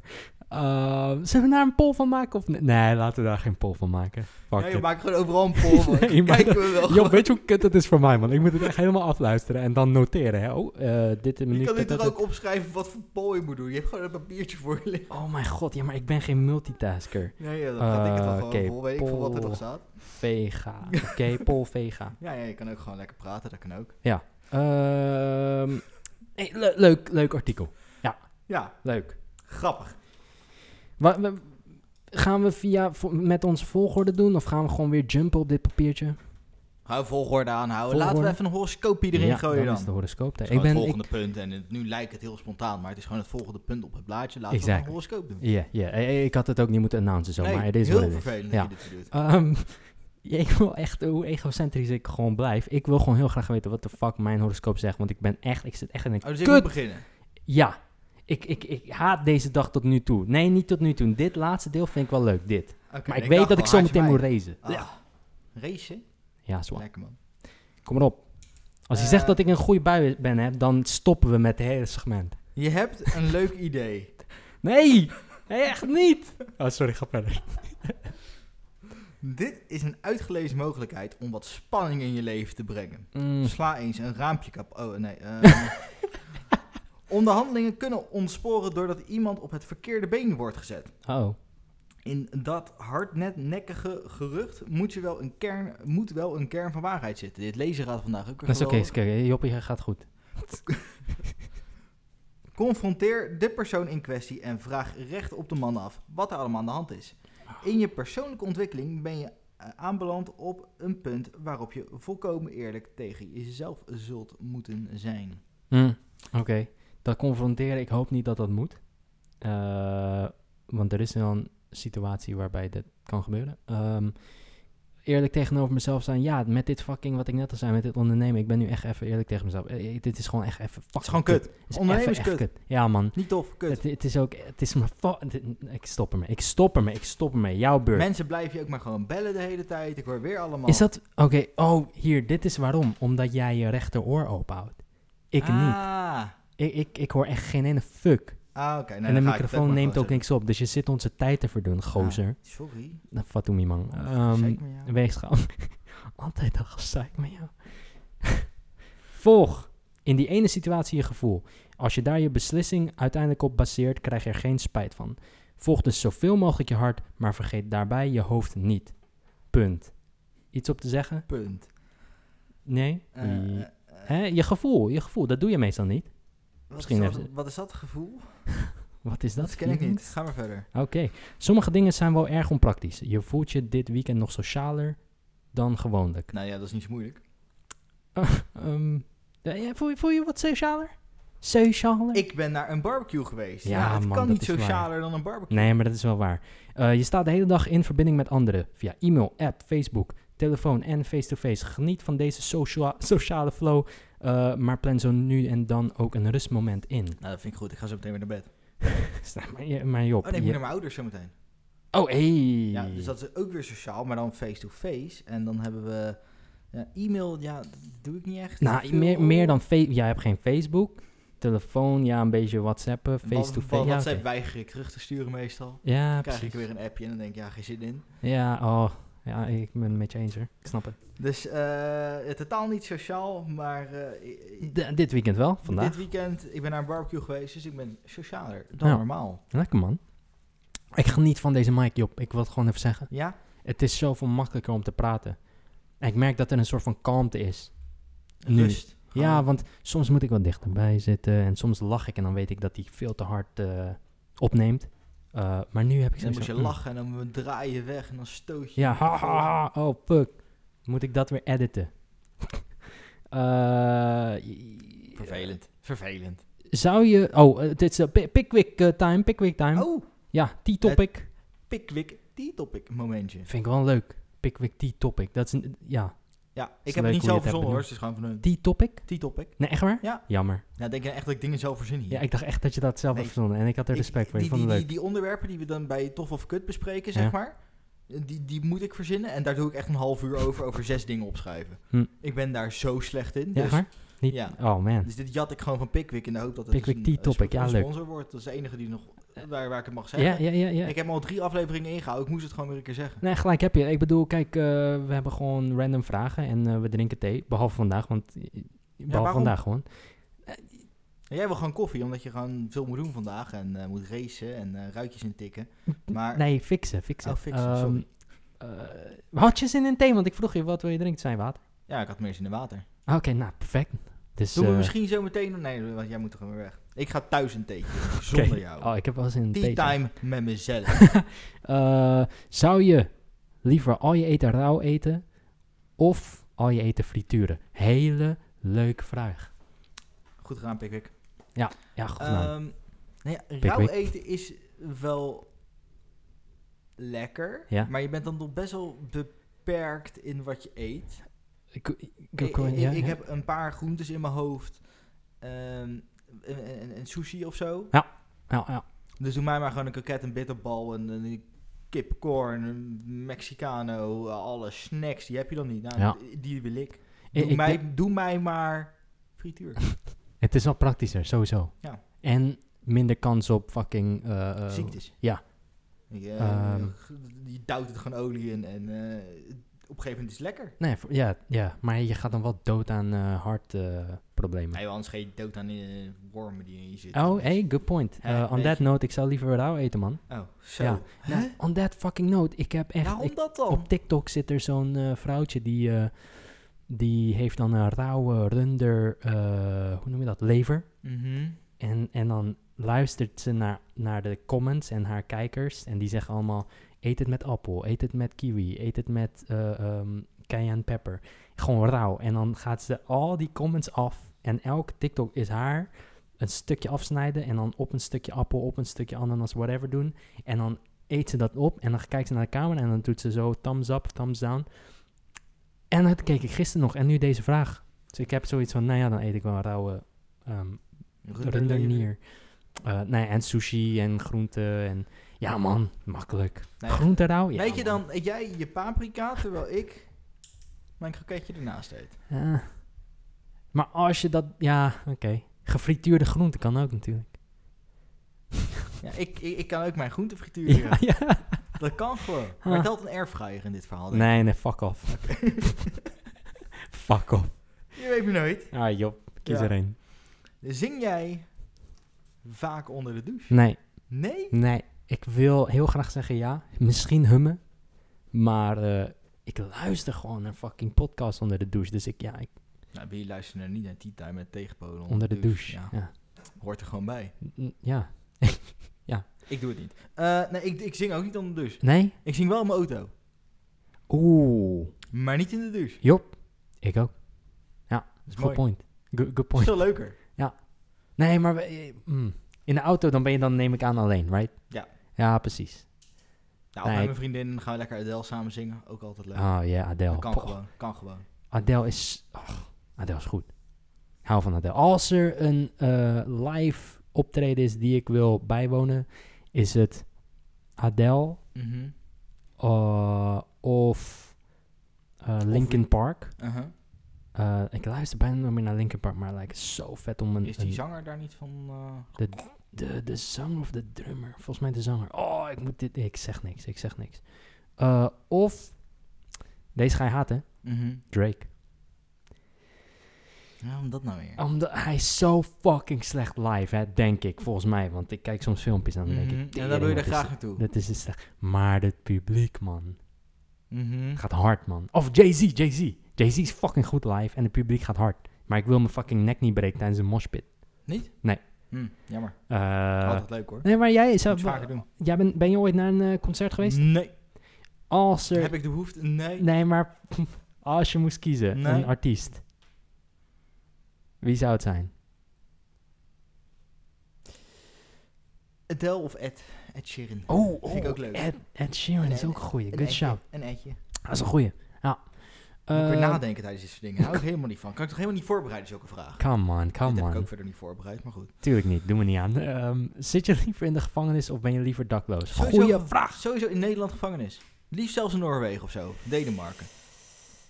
Ehm, zullen we daar een poll van maken? Of nee? nee, laten we daar geen poll van maken. Fuck Nee, it. we maken gewoon overal een poll van. Nee, maar- Kijken we wel Joh, gewoon. weet je hoe kut het is voor mij, man? Ik moet het echt helemaal afluisteren en dan noteren, hè? Oh, eh, dit en Je minuut. kan nu dat, toch dat, ook opschrijven wat voor poll je moet doen. Je hebt gewoon een papiertje voor je liggen. dat. Oh mijn god, ja, maar ik ben geen multitasker. Nee, ja, dan gaat ik het Eh, toch gewoon oké, vol. Weet ik veel wat er nog poll. staat. Vega. Oké, Paul Vega. Ja, ja, je kan ook gewoon lekker praten, dat kan ook. Ehm, hey, le- leuk, leuk artikel. Ja, Leuk. grappig. Wa- wa- gaan we via vo- met onze volgorde doen of gaan we gewoon weer jumpen op dit papiertje? Hou volgorde aanhouden. Laten Volgorde. we even een horoscoop iedereen ja, gooien dat dan. is de horoscoop. Het daar. is Ik gewoon ben, het ik, volgende punt. En het- nu lijkt het heel spontaan, maar het is gewoon het volgende punt op het blaadje. Laten we Exactly. een horoscoop doen. Ja, ja, eh, ik had het ook niet moeten announcen zo, Nee, maar het is wat heel het is. vervelend Ja. dat je dit doet. Ehm, ja, ik wil echt, hoe egocentrisch ik gewoon blijf, ik wil gewoon heel graag weten wat de fuck mijn horoscoop zegt, want ik ben echt, ik zit echt in een Oh, dus ik moet kut. beginnen. Ja, ik, ik, ik haat deze dag tot nu toe. Nee, niet tot nu toe. Dit laatste deel vind ik wel leuk, dit. Oké, Maar ik, dacht weet dat al, ik zo haat je meteen moet mij. racen. Ja, Ah, Racen? Ja, zwaar. Lekker man. Kom maar op. Als je Eh, zegt dat ik een goede bui ben, hè, dan stoppen we met het hele segment. Je hebt een leuk idee. Nee! Nee, echt niet! Oh, sorry, ga verder. Dit is een uitgelezen mogelijkheid om wat spanning in je leven te brengen. Mm. Hm. Sla eens een raampje kap. Oh nee. ehm. onderhandelingen kunnen ontsporen doordat iemand op het verkeerde been wordt gezet. Oh. In dat hardnekkige gerucht moet, je wel een kern, moet wel een kern van waarheid zitten. Dit lezen gaat vandaag ook weer Dat is oké, geweldig. is oké. Joppie gaat goed. Confronteer de persoon in kwestie en vraag recht op de man af wat er allemaal aan de hand is. In je persoonlijke ontwikkeling ben je eh, aanbeland op een punt waarop je volkomen eerlijk tegen jezelf zult moeten zijn. Mm, Oké. Dat confronteren, ik hoop niet dat dat moet. Eh, want er is wel een situatie waarbij dat kan gebeuren. Ehm, eerlijk tegenover mezelf zijn. Ja, met dit fucking, wat ik net al zei, met dit ondernemen. Ik ben nu echt even eerlijk tegen mezelf. Eh, eh, dit is gewoon echt even fucking Het is gewoon kut. Het is Ondernemen even is echt kut. Ja, man. Niet tof, kut. Het, het is ook, het is mijn fa- het- Ik stop ermee, ik stop ermee, ik stop ermee. Jouw beurt. Mensen blijven je ook maar gewoon bellen de hele tijd. Ik hoor weer allemaal. is dat, oké, oh, hier, dit is waarom. Omdat jij je rechteroor openhoudt. Ik niet. Ah, Ik, ik, ik hoor echt geen ene fuck. ah oké. nou, dan en de ga ik het microfoon maar neemt gewoon ook niks op, dus je zit onze tijd te verdoen, gozer. zeggen. Sorry. Nou, Fatumi man. Um, Ehm, wees gewoon. Altijd al gezeik met jou. Volg in die ene situatie je gevoel. Als je daar je beslissing uiteindelijk op baseert, krijg je er geen spijt van. Volg dus zoveel mogelijk je hart, maar vergeet daarbij je hoofd niet. Punt. Iets op te zeggen? Punt. Nee? Eh, Mm. eh, eh, Hè? Je gevoel, je gevoel, dat doe je meestal niet. wat, misschien is dat, even- wat is dat gevoel? Wat is dat? dat ken ik feeling? niet. Ga maar verder. Oké. Sommige dingen zijn wel erg onpraktisch. Je voelt je dit weekend nog socialer dan gewoonlijk. Nou ja, dat is niet zo moeilijk. Ehm, ja, ja, voel, je, voel je wat socialer? Socialer? Ik ben naar een barbecue geweest. Ja, Ja, het man, kan dat niet is waar. socialer dan een barbecue. Nee, maar dat is wel waar. Eh, je staat de hele dag in verbinding met anderen. Via e-mail, app, Facebook, telefoon en face-to-face. Geniet van deze socia- sociale flow. eh, maar plan zo nu en dan ook een rustmoment in. Nou, dat vind ik goed. Ik ga zo meteen weer naar bed. maar, je- maar Job, Oh nee, ik moet je- naar mijn ouders zo meteen. Oh, hey. Ja, dus dat is ook weer sociaal, maar dan face-to-face. En dan hebben we ja, e-mail, ja, dat doe ik niet echt. Nou, Veel- meer, meer dan... Fa- ja, je hebt geen Facebook. Telefoon, ja, een beetje WhatsAppen. Wa- wa- Face-to-face. Ja, WhatsApp oké. weiger ik terug te sturen meestal. Dan ja, krijg precies. ik weer een appje en dan denk ik, ja, geen zin in. Ja, oh. Ja, ik ben het met je eens hoor. Ik snap het. Dus eh, totaal niet sociaal, maar eh, i- i- D- dit weekend wel, vandaag. dit weekend, ik ben naar een barbecue geweest, dus ik ben socialer dan Ja. normaal. Lekker man. Ik geniet van deze mic, Job. Ik wil het gewoon even zeggen. Ja? Het is zoveel makkelijker om te praten. En ik merk dat er een soort van kalmte is. Oh, Nu. Rust. Gewoon. Ja, want soms moet ik wat dichterbij zitten. En soms lach ik en dan weet ik dat hij veel te hard eh, opneemt. Eh, maar nu heb ik En dan zoiets moet je van, mm. lachen en dan draai je weg en dan stoot je. Ja, ha, ha, ha. Oh, fuck. Moet ik dat weer editen? Eh, j- Vervelend. Vervelend. Zou je... Oh, eh, dit is eh, pi- Pickwick eh, time. Pickwick time. Oh, Ja, die topic. Pickwick die topic momentje. Vind ik wel leuk. Pickwick die topic. Dat is een... Ja. Ja, ik is heb leuk het niet hoe je zelf het hebt verzonnen hoor, het is gewoon van een Die topic? T-topic. Nee, echt waar? Ja. Jammer. Nou, denk je echt dat ik dingen zelf verzin hier? Ja, ik dacht echt dat je dat zelf Nee. had verzonnen. En ik had er Ik- respect voor. Ik die, vond die, het die, leuk. die onderwerpen die we dan bij Tof of Kut bespreken, zeg Ja. maar, die, die moet ik verzinnen. En daar doe ik echt een half uur over, over zes dingen opschrijven. Hm. Ik ben daar zo slecht in. Ja, Dus, echt waar? Niet... ja. Oh, man. dus dit jat ik gewoon van Pickwick in de hoop dat het Pickwick dus een, T-topic, een ja, sponsor leuk. Eh, wordt. Dat is de enige die nog waar, waar ik het mag zeggen. Ja, ja, ja. ja. Dus- Ik heb al drie afleveringen ingehouden. Ik moest het gewoon weer een keer zeggen. Nee, gelijk heb je. Ik bedoel, kijk, eh, we hebben gewoon random vragen en eh, we drinken thee. Behalve vandaag, want... eh, Behalve waarom? vandaag gewoon. En jij wil gewoon koffie, omdat je gewoon veel moet doen vandaag. En eh, moet racen en eh ruitjes intikken. Maar Nee, fixen, fixen. Oh, fixen, Ehm, sorry. eh, had je zin in thee? Want ik vroeg je, wat wil je drinken? Zijn water. ja, ik had meer zin in water. Ah, Oké, nou, perfect. Dus, Doen we eh, misschien zo meteen... Nee, want jij moet toch weer weg. Ik ga thuis een theetje. drinken, Zonder oké. jou. Oh, ik heb wel eens in een Tea thee. time met mezelf. Eh, zou je liever al je eten rauw eten of al je eten frituren? Hele leuke vraag. Goed gedaan, Pikwik. Ja, goed gedaan. Ehm nou ja, rauw Pikwik. eten is wel lekker. Ja. Maar je bent dan toch best wel beperkt in wat je eet. Ik- ik- ik- ik, ik- ja, ik ja. heb een paar groentes in mijn hoofd. Ehm, een, een- een sushi of zo. Ja, ja. Dus doe mij maar gewoon een kroket, een bitterbal, een, een kipcorn, een Mexicano. Alle snacks, die heb je dan niet. Nou, Ja. Die wil ik. Doe, Ik- ik- mij, doe mij maar frituur. Het is wel praktischer, sowieso. Ja. En minder kans op fucking... eh, eh, Ziektes. ja. Ik, eh, Ehm. je duwt het gewoon olie in en eh, op een gegeven moment is het lekker. Nee, voor- ja, ja, maar je gaat dan wel dood aan eh hartproblemen. Nee, anders ga je dood aan de wormen die in je zitten. oh, hey, good point. Ja, Eh, on weet that je. note, ik zou liever rauw eten, man. Oh, zo. Ja. Nou, on that fucking note, ik heb echt... Waarom ik- dat dan? op TikTok zit er zo'n eh, vrouwtje die, eh, die heeft dan een rauwe runder, eh, hoe noem je dat, lever. Mhm. En, en dan luistert ze naar, naar de comments en haar kijkers en die zeggen allemaal, eet het met appel, eet het met kiwi, eet het met eh, ehm, cayenne pepper. Gewoon rauw. En dan gaat ze al die comments af en elke TikTok is haar een stukje afsnijden en dan op een stukje appel, op een stukje ananas, whatever doen. En dan eet ze dat op en dan kijkt ze naar de camera en dan doet ze zo thumbs up, thumbs down. En dat keek ik gisteren nog en nu deze vraag. Dus ik heb zoiets van, nou ja, dan eet ik wel rauwe ehm rundernier. Eh nee, en sushi en groenten en... Ja man, makkelijk. Nee. Groente rauw? Ja, Weet je man. dan, eet jij je paprika, terwijl ik mijn kroketje ernaast eet. Ja. Eh. Maar als je dat... Ja, oké. Gefrituurde groente kan ook natuurlijk. Ja, ik, ik, ik kan ook mijn groenten frituren. Ja, ja. Dat kan gewoon. Maar Ah. het had een erfgraaier in dit verhaal. denk ik. Nee, nee, fuck off. fuck off. Je weet me nooit. Ah, Job, kies Ja. er één. Zing jij vaak onder de douche? Nee, Nee? nee. Ik wil heel graag zeggen ja. Misschien hummen. Maar eh, ik luister gewoon naar fucking podcast onder de douche. Dus ik, ja, ik, Nou, ben je luisteren niet naar Tea Time met tegenpolen onder, onder de douche. Ja, Ja. hoort er gewoon bij. N- ja. Ik doe het niet. Eh, nee, ik, ik zing ook niet onder de douche. Nee? Ik zing wel in mijn auto, Oeh. maar niet in de douche. Job, ik ook. Dat is Good mooi. point. Good, good Dat is point. veel leuker. Nee, maar we- eh, mm. in de auto dan ben je dan neem ik aan alleen, right? Ja. Ja, precies. Nou, of Nee, met ik- mijn vriendin gaan we lekker Adele samen zingen. Ook altijd leuk. Oh ja, Adele. Dat kan Poh, gewoon, kan gewoon. Adele is... ach, Adele is goed. Ik hou van Adele. Als er een eh, live optreden is die ik wil bijwonen, is het Adele Mhm. eh, of eh, Linkin Park. Aha. Eh, ik luister bijna nooit meer naar Linkin Park, maar het lijkt zo vet om een... Is die een- zanger daar niet van? eh, De, de zanger of de drummer. Volgens mij de zanger. Oh, ik moet dit... Ik zeg niks, ik zeg niks. Eh, of... Deze ga je haten. mhm. Drake. Waarom dat nou weer? Omdat hij is zo fucking slecht live, hè, denk ik. Volgens mij. Want ik kijk soms filmpjes en dan denk ik... Mhm. En daar wil je er "Tering, wat is graag dit- naartoe. Dat is het slecht. Maar het publiek, man. Mhm. Gaat hard, man. Of Jay-Z, Jay-Z. Jay-Z is fucking goed live en het publiek gaat hard. Maar ik wil mijn fucking nek niet breken tijdens een moshpit. Niet? Nee. Hm, jammer. Eh, Altijd leuk hoor. nee, maar jij... Moet Zou, je vaker doen. jij ben, ben je ooit naar een eh, concert geweest? Nee. Als er Heb ik de behoefte? Nee. Nee, maar als je moest kiezen, Nee. een artiest. Wie zou het zijn? Adele of Ed? Ed Sheeran. Vind ik ook leuk. Ed, Ed Sheeran is Nee, ook een goeie. Een Oh, Good Edje, shout. Een Edje. Dat is een goeie. Ja. Moet ik weer Eh, nadenken tijdens dit soort dingen. Hou ik helemaal niet van. Kan ik toch helemaal niet voorbereiden, zulke vragen? Come on, Dit come heb ik on. ook verder niet voorbereid, maar goed. Tuurlijk niet, doe me niet aan. Ehm, zit je liever in de gevangenis of ben je liever dakloos? Sowieso Goeie ge- vraag. Sowieso in Nederland gevangenis. Liefst zelfs in Noorwegen of zo. Denemarken.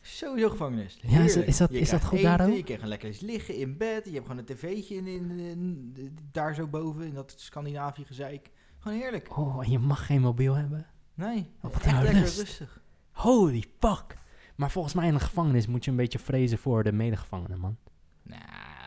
Sowieso gevangenis. Ja, is dat- Heerlijk. is dat- Je is dat krijgt goed daar eten, ook? Je krijgt lekker eens liggen in bed. Je hebt gewoon een tv'tje in, in, in- daar zo boven. In dat Scandinavië gezeik. Gewoon heerlijk. Oh, en je mag geen mobiel hebben. Nee, Wat nou echt een lekker rust. rustig. Holy fuck. Maar volgens mij in de gevangenis moet je een beetje vrezen voor de medegevangenen, man. Nah.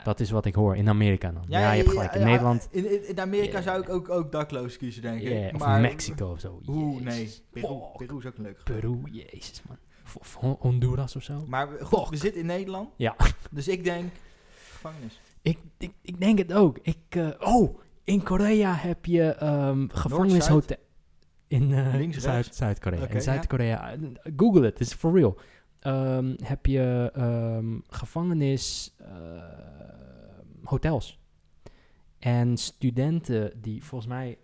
Dat is wat ik hoor. In Amerika dan. Ja, Nou. ja, je hebt gelijk. In ja, Nederland. In, in- in Amerika Ja. zou ik ook, ook dakloos kiezen, denk ik. yeah, of Maar- Mexico of zo. Oeh, Jezus. nee. Peru, Fuck. Peru is ook een leuk. Peru, jezus man. Of, of Hon- Honduras of zo. Maar we- Fuck. goed, we zitten in Nederland. Ja. Dus ik denk, gevangenis. Ik, ik, ik denk het ook. Ik, eh, oh, in Korea heb je ehm gevangenishotel. In eh, Links, Zuid, rechts? Zuid-Korea. Oké, in ja. Zuid-Korea. eh, Google het, it's for real. Ehm, heb je ehm, gevangenis eh, hotels. En studenten die volgens mij,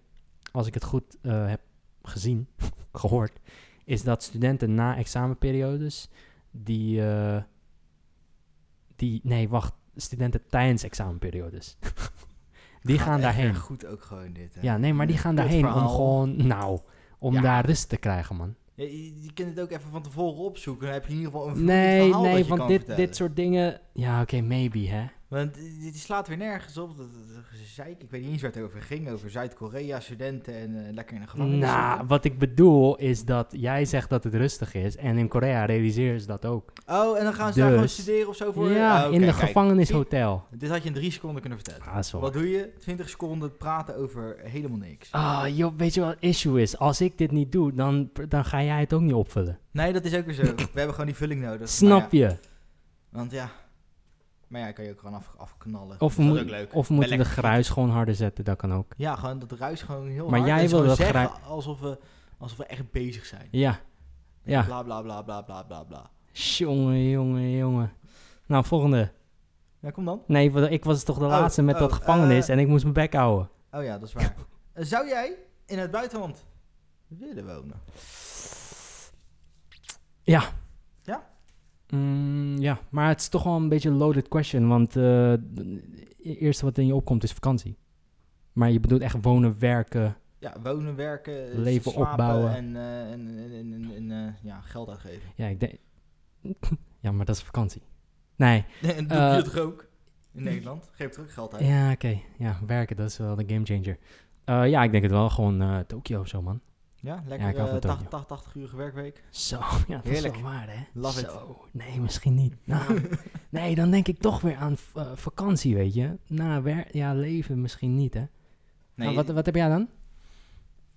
als ik het goed eh, heb gezien, gehoord, is dat studenten na examenperiodes die, eh, die nee, wacht, studenten tijdens examenperiodes, die Gaat gaan echt daarheen. erg goed ook gewoon dit. hè. Ja, nee, maar die gaan Kut daarheen om verhaal. gewoon, nou, om Ja. daar rust te krijgen, man. Ja, je, je kunt het ook even van tevoren opzoeken. Dan heb je in ieder geval een vloeiend Nee, verhaal dat nee, je want kan dit, vertellen. dit soort dingen, ja, oké, maybe, hè. Want eh, dit slaat weer nergens op. Dat, dat, dat gezeik. Ik weet niet eens waar het over ging. Over Zuid-Korea, studenten en eh, lekker in de Nou, gevangenis zitten. wat ik bedoel is dat jij zegt dat het rustig is en in Korea realiseren ze dat ook. Oh, en dan gaan ze daar gewoon Dus- studeren of zo voor? ja, Ah, oké, in de kijk. gevangenishotel. Dit had je in drie seconden kunnen vertellen. Ah, sorry. Wat doe je? 20 seconden praten over helemaal niks. Ah, joh, weet je wat het issue is? Als ik dit niet doe, dan, dan ga jij het ook niet opvullen. Nee, dat is ook weer zo. We hebben gewoon die vulling nodig. Snap Maar nou ja, je? Want ja. Maar ja, kan je ook gewoon af, afknallen. Of, Dat is moet- ook leuk. of we moeten de Elekt- gruis gewoon harder zetten, dat kan ook. Ja, gewoon dat ruis gewoon heel Maar hard. jij en wil gewoon dat zeggen alsof we, alsof we echt bezig zijn. Ja, ja. Bla bla bla bla bla bla bla. Jongen, jongen, jongen. Nou, volgende. Ja, kom dan. Nee, wa- ik was toch de Oh, laatste met oh, dat gevangenis eh. en ik moest mijn bek houden. Oh ja, dat is waar. Eh, Zou jij in het buitenland willen wonen? Ja. Ja? Mm, ja, maar het is toch wel een beetje een loaded question, want eh, d- het eerste wat in je opkomt is vakantie. Maar je bedoelt echt wonen, werken. Ja, wonen, werken, eh, Leven slapen opbouwen. En, eh, en, en, en, en, en, eh, ja, geld uitgeven. Ja, ik denk... ja, maar dat is vakantie. Nee, En doe Eh, je dat toch ook? In Nederland? Geef toch ook geld uit? ja, oké. Ja, werken, dat is wel de gamechanger. Eh ja, ik denk het wel. Gewoon eh Tokio of zo, man. Ja, Ja, ik lekker hou eh van Tokio. 80, 80, 80 uurige werkweek. Zo, ja, dat Heerlijk. is wel waar, hè? Love it. zo. Nee, misschien niet. Nou, nee, dan denk ik toch weer aan v- eh, vakantie, weet je. Na wer- ja, leven misschien niet, hè? Nee, Nou, wat, wat heb jij dan?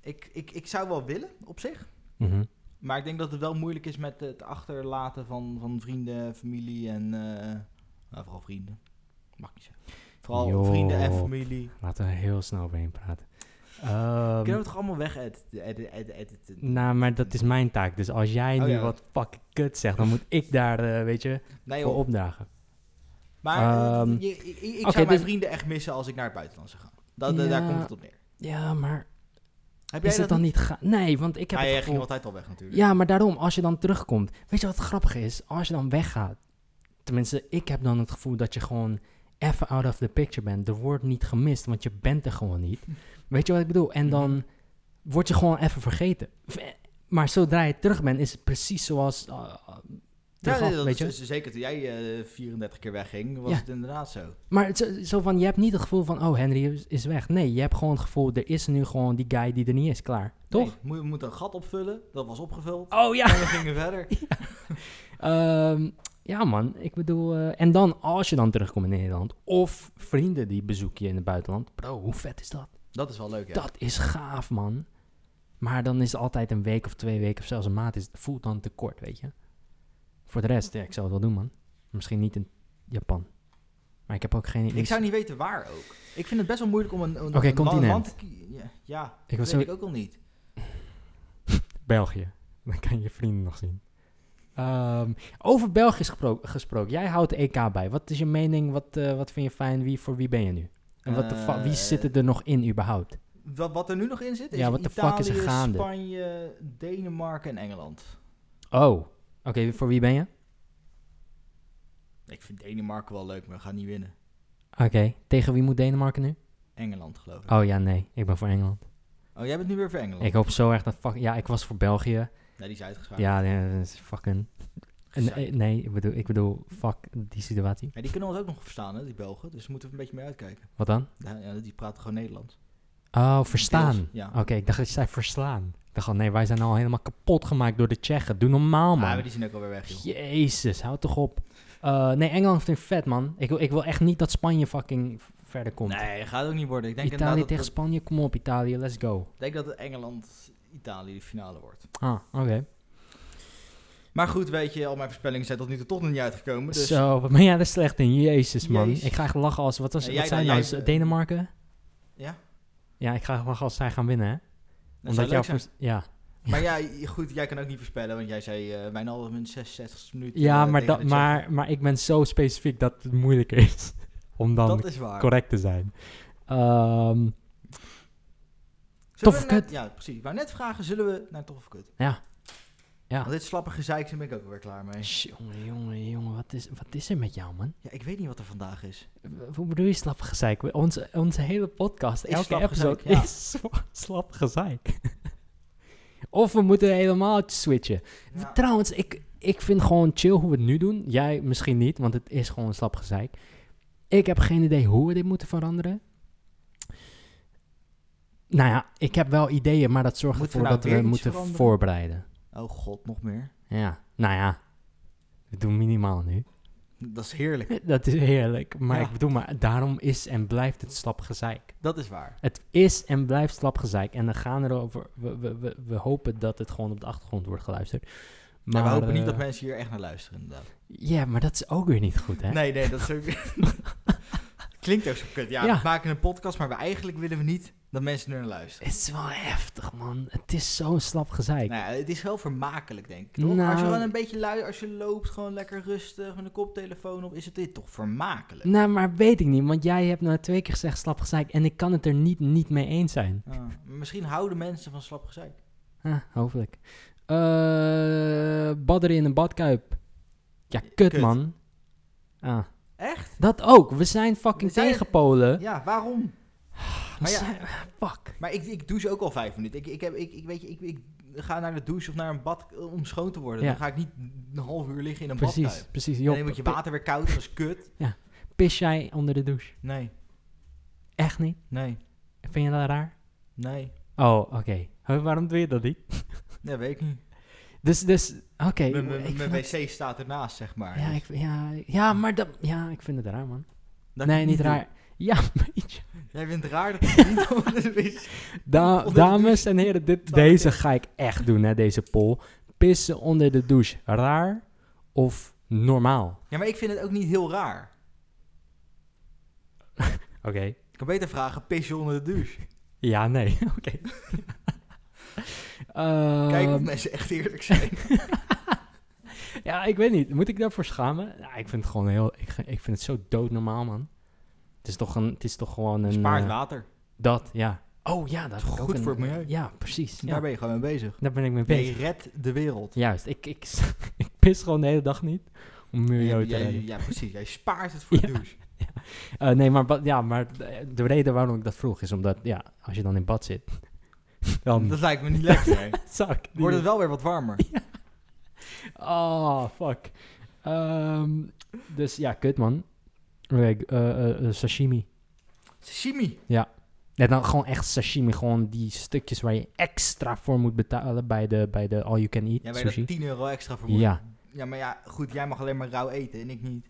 ik, ik, ik zou wel willen, op zich. Mhm. Maar ik denk dat het wel moeilijk is met het achterlaten van, van vrienden, familie en... eh, nou, vooral vrienden. Mag ik niet zeggen. Vooral Joh. vrienden en familie. Laten we heel snel overheen praten. Um, Ehm, Kunnen we het toch allemaal weg editen? editen, editen? nou, maar dat is mijn taak. Dus als jij Oh, nu ja. wat fucking kut zegt, dan moet ik daar, eh, weet je, Nee voor joh. opdragen. Maar eh, Ehm, je- ik- ik, ik oké, zou mijn dus- vrienden echt missen als ik naar het buitenland zou gaan. Dat, eh, Ja. Daar komt het op neer. Ja, maar Heb jij is het dat dan niet... ga- nee, want ik heb Hij het eh, ging gevoel... altijd al weg natuurlijk. Ja, maar daarom, als je dan terugkomt... Weet je wat grappig is? Als je dan weggaat... Tenminste, ik heb dan het gevoel dat je gewoon even out of the picture bent. Er wordt niet gemist, want je bent er gewoon niet. Weet je wat ik bedoel? En dan Mhm. word je gewoon even vergeten. V- Maar zodra je terug bent, is het precies zoals... eh, eh, Ja, terugaf, nee, dat weet je? is dus zeker toen jij eh, 34 keer wegging, was Ja. het inderdaad zo. Maar het is zo van, je hebt niet het gevoel van, oh, Henry is, is weg. Nee, je hebt gewoon het gevoel, er is nu gewoon die guy die er niet is, klaar. Toch? Nee, moet- we moeten een gat opvullen, dat was opgevuld. Oh ja. En we gingen verder. Ehm, ja, man. Ik bedoel, eh, en dan als je dan terugkomt in Nederland, of vrienden die bezoek je in het buitenland. Bro, hoe vet is dat? Dat is wel leuk, ja. Dat is gaaf, man. Maar dan is het altijd een week of twee weken of zelfs een maand. Is, voelt dan te kort, weet je. Voor de rest, ja, ik zou het wel doen, man. Misschien niet in Japan. Maar ik heb ook geen... Ik zou niet weten waar ook. Ik vind het best wel moeilijk om een, een, Oké, een la- continent. land te kie- Ja, ja Ik ik was was zo- weet ik ook al niet. België. Dan kan je vrienden nog zien. Ehm, over België gespro- gesproken. Jij houdt de EK bij. Wat is je mening? Wat, eh, wat vind je fijn? Wie, voor wie ben je nu? En wat de fa- wie Eh, zitten er nog in überhaupt? Wat, wat er nu nog in zit, is Ja, what the fuck is er Italië, gaande? Spanje, Denemarken en Engeland. Oh, oké. voor wie ben je? Ik vind Denemarken wel leuk, maar we gaan niet winnen. Oké. Tegen wie moet Denemarken nu? Engeland, geloof ik. Oh, Oh ja, nee. Ik ben voor Engeland. jij bent nu weer voor Engeland. Ik hoop zo erg dat... Fuck, ja, ik was voor België. Nee, die is uitgeschakeld. Ja, nee, dat is fucking... Gezeik. Nee, nee, ik bedoel, ik bedoel, fuck die situatie. Ja, die kunnen ons ook nog verstaan, hè, die Belgen. Dus daar moeten we een beetje mee uitkijken. Wat dan? Ja, ja, die praten gewoon Nederlands. Oh, verstaan. Deels, ja. Oké, ik dacht dat je zei verslaan. Ik dacht al, nee, wij zijn al helemaal kapot gemaakt door de Tsjechen. Doe normaal, Ah, man. maar die zijn ook alweer weg, joh. Jezus, houd toch op. Eh, nee, Engeland vind ik vet, man. Ik, wil- ik wil echt niet dat Spanje fucking v- verder komt. Nee, gaat ook niet worden. Ik denk Italië inderdaad tegen dat, Spanje, kom op Italië, let's go. ik denk dat het Engeland-Italië de finale wordt. Ah, oké. Maar goed, weet je, al mijn voorspellingen zijn tot nu toe toch nog niet uitgekomen. Dus Zo, wat ben jij er slecht in? Jezus, man. Jezus. Ik ga echt lachen als... Wat, was, Ja, wat jij zijn dan, nou? jij- Z- Denemarken? Ja. Ja, ik ga echt lachen als zij gaan winnen, hè? dat zou jouw leuk zijn. voors- Ja, Maar ja, goed, jij kan ook niet voorspellen, want jij zei eh bijna al in 66 minuten. ja eh, maar, tegen dat, de Tsjechen. maar, maar ik ben zo specifiek dat het moeilijker is om dan dat is waar. correct te zijn. Ehm, Zullen Tof we of net- Ja, precies. Maar net vragen, zullen we naar tof of kut? Ja. Ja. Want dit slappe gezeik daar ben ik ook weer klaar mee. Eh, jongen, jongen, jongen, wat is, wat is er met jou, man? Ja, ik weet niet wat er vandaag is. Hoe bedoel je slap gezeik? We- Onze, onze hele podcast, Is elke slap episode gezeik, ja. is sla- slap gezeik. of we moeten helemaal switchen. Ja. Trouwens, ik, ik vind gewoon chill hoe we het nu doen. Jij misschien niet, want het is gewoon slap gezeik. Ik heb geen idee hoe we dit moeten veranderen. Nou ja, ik heb wel ideeën, maar dat zorgt Moeten ervoor we nou dat we weer iets moeten veranderen? voorbereiden. Oh god, nog meer. Ja, nou ja. We doen minimaal nu. Dat is heerlijk. Dat is heerlijk. Maar Ja. ik bedoel, maar daarom is en blijft het slap gezeik. Dat is waar. Het is en blijft slap gezeik. En dan gaan we erover. We, we, we, we hopen dat het gewoon op de achtergrond wordt geluisterd. Maar Maar we hopen niet dat eh, mensen hier echt naar luisteren, inderdaad. Ja, maar dat is ook weer niet goed, hè? Nee, nee, dat is ook... Klinkt ook zo kut. Ja, Ja. we maken een podcast, maar we eigenlijk willen we niet dat mensen er naar luisteren. Het is wel heftig, man. Het is zo'n slap gezeik. Nou, ja, het is wel vermakelijk, denk ik. toch? Nou. Als je gewoon een beetje lui, als je loopt, gewoon lekker rustig met een koptelefoon op, is het dit toch vermakelijk? Nou, maar weet ik niet. Want jij hebt nou twee keer gezegd slap gezeik. En ik kan het er niet, niet mee eens zijn. Ah, maar misschien houden mensen van slap gezeik. Ah, hopelijk. Eh badderen in een badkuip. Ja, kut, Kut. man. Ah. Echt? Dat ook. We zijn fucking We zijn- tegen Polen. Ja, waarom? We maar ja. zijn- Fuck. Maar ik, ik douche ook al vijf minuten. Ik, ik, heb, ik, ik, weet je, ik, ik ga naar de douche of naar een bad eh, om schoon te worden. Ja. Dan ga ik niet een half uur liggen in een Precies, badkuip. precies. En Joh, dan moet je pi- water weer koud, dat is kut. pis jij onder de douche? Nee, Echt niet? nee, Vind je dat raar? nee. Oh, oké. Huh, waarom doe je dat niet? Dat weet ik niet. Dus, dus, oké. Mijn- ik Mijn vind mijn dat- wc staat ernaast, zeg maar. ja, Dus ik, ja, ja, maar dat, ja, ik vind het raar, man. dat nee, ik niet doe. raar. Ja, beetje. Jij vindt het raar dat ik het niet onder de wc... Da- Onder de dames douche. en heren, dit, Toilet deze is. ga ik echt doen, hè, deze poll. Pissen onder de douche. Raar of normaal? Ja, maar ik vind het ook niet heel raar. Oké. Ik kan beter vragen, pis je onder de douche? Ja, nee. Oké. Ehm, Kijk of mensen echt eerlijk zijn. ja, ik weet niet. Moet ik daarvoor schamen? Ja, ik vind het gewoon heel... Ik, ik vind het zo doodnormaal, man. Het is toch, een, het is toch gewoon een... Spaart eh, water. dat, ja. Oh ja, dat is Goed voor het milieu. Ja, precies. Ja, Dus Daar ben je gewoon mee bezig. daar ben ik mee bezig. Je redt de wereld. Juist. Ik, ik, ik pis gewoon de hele dag niet om milieu te Jij- redden. ja, precies. Jij spaart het voor de Ja. douche. Eh, nee, maar, ba- ja, maar de- de reden waarom ik dat vroeg is omdat, ja, als je dan in bad zit, dan Dat lijkt me niet lekker. hè. zou ik niet- Wordt het wel weer wat warmer. Oh, fuck. Ehm, dus ja, kut man. Eh, eh, eh, eh, sashimi. Sashimi. Ja, dan gewoon echt sashimi. Gewoon die stukjes waar je extra voor moet betalen bij de, bij de all you can eat Ja, ben je sushi. dat 10 euro extra voor moet. Ja, Ja, maar ja, goed. Jij mag alleen maar rauw eten en ik niet.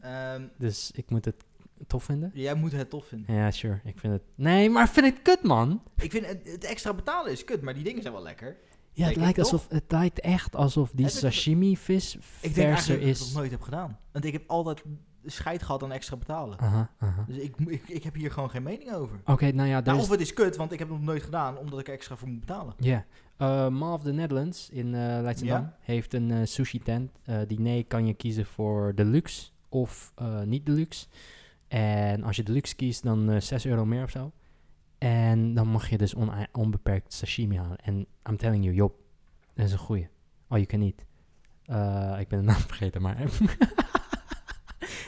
Ehm, dus ik moet het tof vinden. jij moet het tof vinden. Ja, sure. Ik vind het... Nee, maar ik vind het kut, man. Ik vind het, het extra betalen is kut, maar die dingen zijn wel lekker. Ja, Denk het ik lijkt, toch? alsof, het lijkt echt alsof die Heb ik- Ik sashimi-vis denk verser eigenlijk dat ik dat is. nog nooit heb gedaan. Want ik heb altijd scheid gehad aan extra betalen. Aha, aha. Dus ik, mo- ik, ik heb hier gewoon geen mening over. Oké, nou ja, Nou, daar of is... het is kut, want ik heb het nog nooit gedaan, omdat ik er extra voor moet betalen. Ja. Eh, Mall of the Netherlands in eh Leidschendam Ja. heeft een eh, sushi tent. Eh, diner kan je kiezen voor deluxe of eh, niet deluxe. En als je deluxe kiest, dan eh 6 euro meer of zo. En dan mag je dus onei- onbeperkt sashimi halen. En I'm telling you, Job, dat is een goeie. Oh, je kan niet. Eh, ik ben de naam vergeten, maar...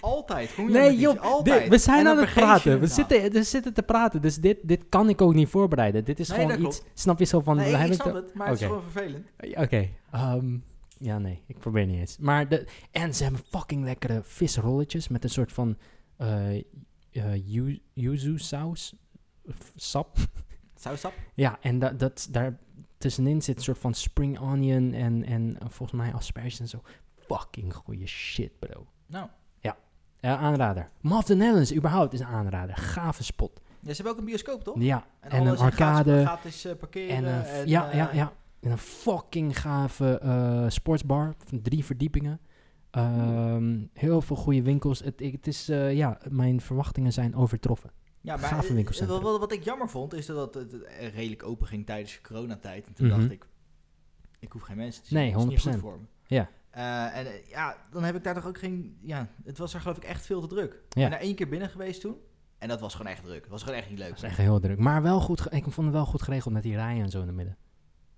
Altijd. Kom je Nee, met iets? joh, altijd. dit- we zijn En dan aan het vergeet je praten. We nou. zitten, we zitten te praten. Dus dit, dit kan ik ook niet voorbereiden. Dit is Nee, gewoon dat iets. Snap je zo van. Nee, we ik, hebben ik het snap het, maar het is Oké. gewoon vervelend. Oké. ehm, ja, nee. Ik probeer niet eens. Maar de, en ze hebben fucking lekkere visrolletjes met een soort van eh eh, yu- yuzu saus. f- sap. Saussap? Ja, en da, dat, daar tussenin zit een soort van spring onion en, en eh, volgens mij asperges en zo. Fucking goede shit, bro. Nou. Ja, Eh, aanrader. Maf the Netherlands, überhaupt, is een aanrader. Gave spot. Ja, ze hebben ook een bioscoop, toch? Ja, en, alles een is gratis- arcade. Gratis eh, parkeren. En, een f- en, ja, eh, ja, ja. En een fucking gave eh, sportsbar van drie verdiepingen. Ehm, heel veel goede winkels. Het, ik- het is, eh, ja, mijn verwachtingen zijn overtroffen. Ja, maar Gave eh, winkelcentrum. Wat, wat ik jammer vond, is dat het eh, redelijk open ging tijdens coronatijd. En toen dacht Mhm. ik, ik hoef geen mensen te zien. Nee, dat is niet goed 100%. voor me. Ja. Eh, en eh, ja, dan heb ik daar toch ook geen... Ja, het was er geloof ik echt veel te druk. Ik Ja. ben er één keer binnen geweest toen. En dat was gewoon echt druk. Het was gewoon echt niet leuk. Dat is echt heel druk. Maar wel goed, ge- ik vond het wel goed geregeld met die rijen en zo in het midden.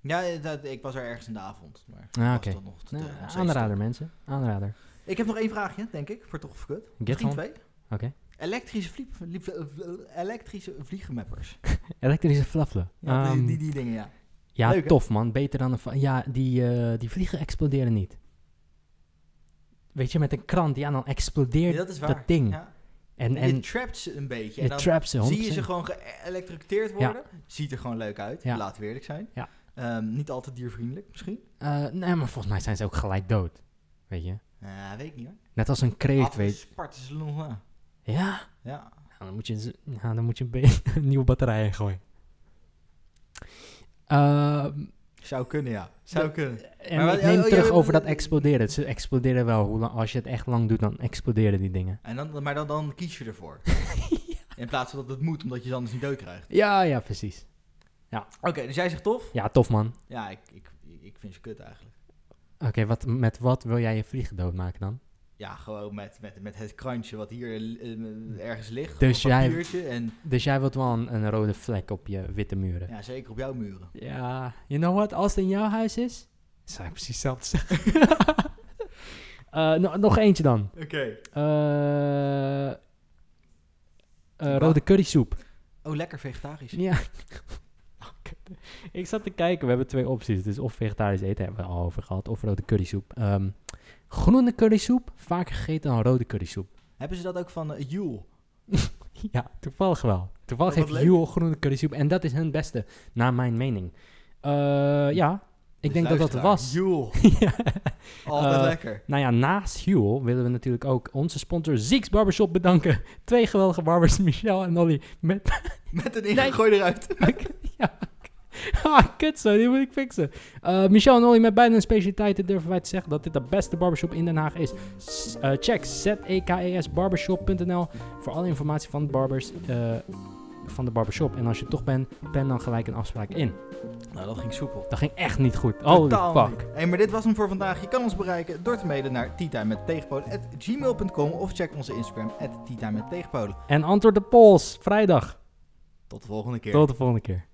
Ja, eh, dat, ik was er ergens in de avond. Maar Ah, was oké. dat nog eh, te- Nou, nog steeds aanrader, mensen. Aanrader. druk. Ik heb nog één vraagje, denk ik, voor toch of kut. Get Misschien on. twee. Oké. Elektrische, vlieg, vlie- vlie- vlie- elektrisje vliegenmappers. Elektrische flaffelen. Ja, die- Ehm, die, die dingen, ja. ja, leuk, hè? tof man. Beter dan een... va- Ja, die, eh, die vliegen exploderen niet. Weet je, met een krant, ja, dan explodeert Ja, Dat is waar. dat ding. Ja. En, En, je en trapt ze een beetje. je En dan trapt ze, 100%. zie je ze gewoon geëlectrocuteerd worden. Ziet er gewoon leuk uit. Ja. Laten we eerlijk zijn. Ja. Ehm, niet altijd diervriendelijk misschien. Eh, nee, maar volgens mij zijn ze ook gelijk dood. Weet je? Nou, weet ik niet hoor. Net als een kreeft, weet je. Sparten ze er nog na. Ja. Ja. Nou, dan moet je, ze- ja, dan moet je een, be- een nieuwe batterij in gooien. Ehm, Zou kunnen, ja. Zou De- kunnen. en Maar wat- ik neem oh, oh, terug ja, over dat eh, exploderen. Ze exploderen wel. Hoe lang, als je het echt lang doet, dan exploderen die dingen. En dan, maar dan, dan kies je ervoor. In plaats van dat het moet, omdat je ze anders niet dood krijgt. Ja, ja, precies. Oké, dus jij zegt tof? Ja, tof man. Ja, ik, ik, ik vind ze kut eigenlijk. Oké, wat, met wat wil jij je vliegen doodmaken dan? Ja, gewoon met, met, met het krantje wat hier eh, ergens ligt. Dus op een jij- papiertje En Dus jij wilt wel een, een rode vlek op je witte muren. Ja, ja, zeker op jouw muren. you know what? Als het in jouw huis is, zou ik precies hetzelfde zeggen. Eh, no- nog eentje dan. Oké. Eh, eh, rode currysoep. Oh, lekker vegetarisch. Ja. Ik zat te kijken, we hebben twee opties. Dus of vegetarisch eten hebben we al over gehad, of rode currysoep. Ehm, groene currysoep, vaker gegeten dan rode currysoep. Hebben ze dat ook van eh, Joel? Ja, toevallig wel. Toevallig Oh, wat heeft leuk. Juul groene currysoep en dat is hun beste, naar mijn mening. Eh, ja, Dus ik denk dat dat luisteraar, het was. Joel. Ja. Altijd Eh, lekker. Nou ja, naast Huel willen we natuurlijk ook onze sponsor Zieks Barbershop bedanken. Twee geweldige barbers, Michel en Olly, met Met een ingooi eruit. ja. Ah, kut zo, die moet ik fixen. Eh, Michel en Olly met beide hun specialiteiten durven wij te zeggen dat dit de beste barbershop in Den Haag is. S- eh, check e zekesbarbershop.nl voor alle informatie van de barbers eh, van de barbershop. En als je er toch bent, plan dan gelijk een afspraak in. Nou, dat ging soepel. Dat ging echt niet goed. Holy Totaal fuck. niet. Hey, maar dit was hem voor vandaag. Je kan ons bereiken door te mailen naar teatime met tegenpolen@gmail.com of check onze Instagram at teatime met tegenpolen. En antwoord de polls, vrijdag. Tot de volgende keer. Tot de volgende keer.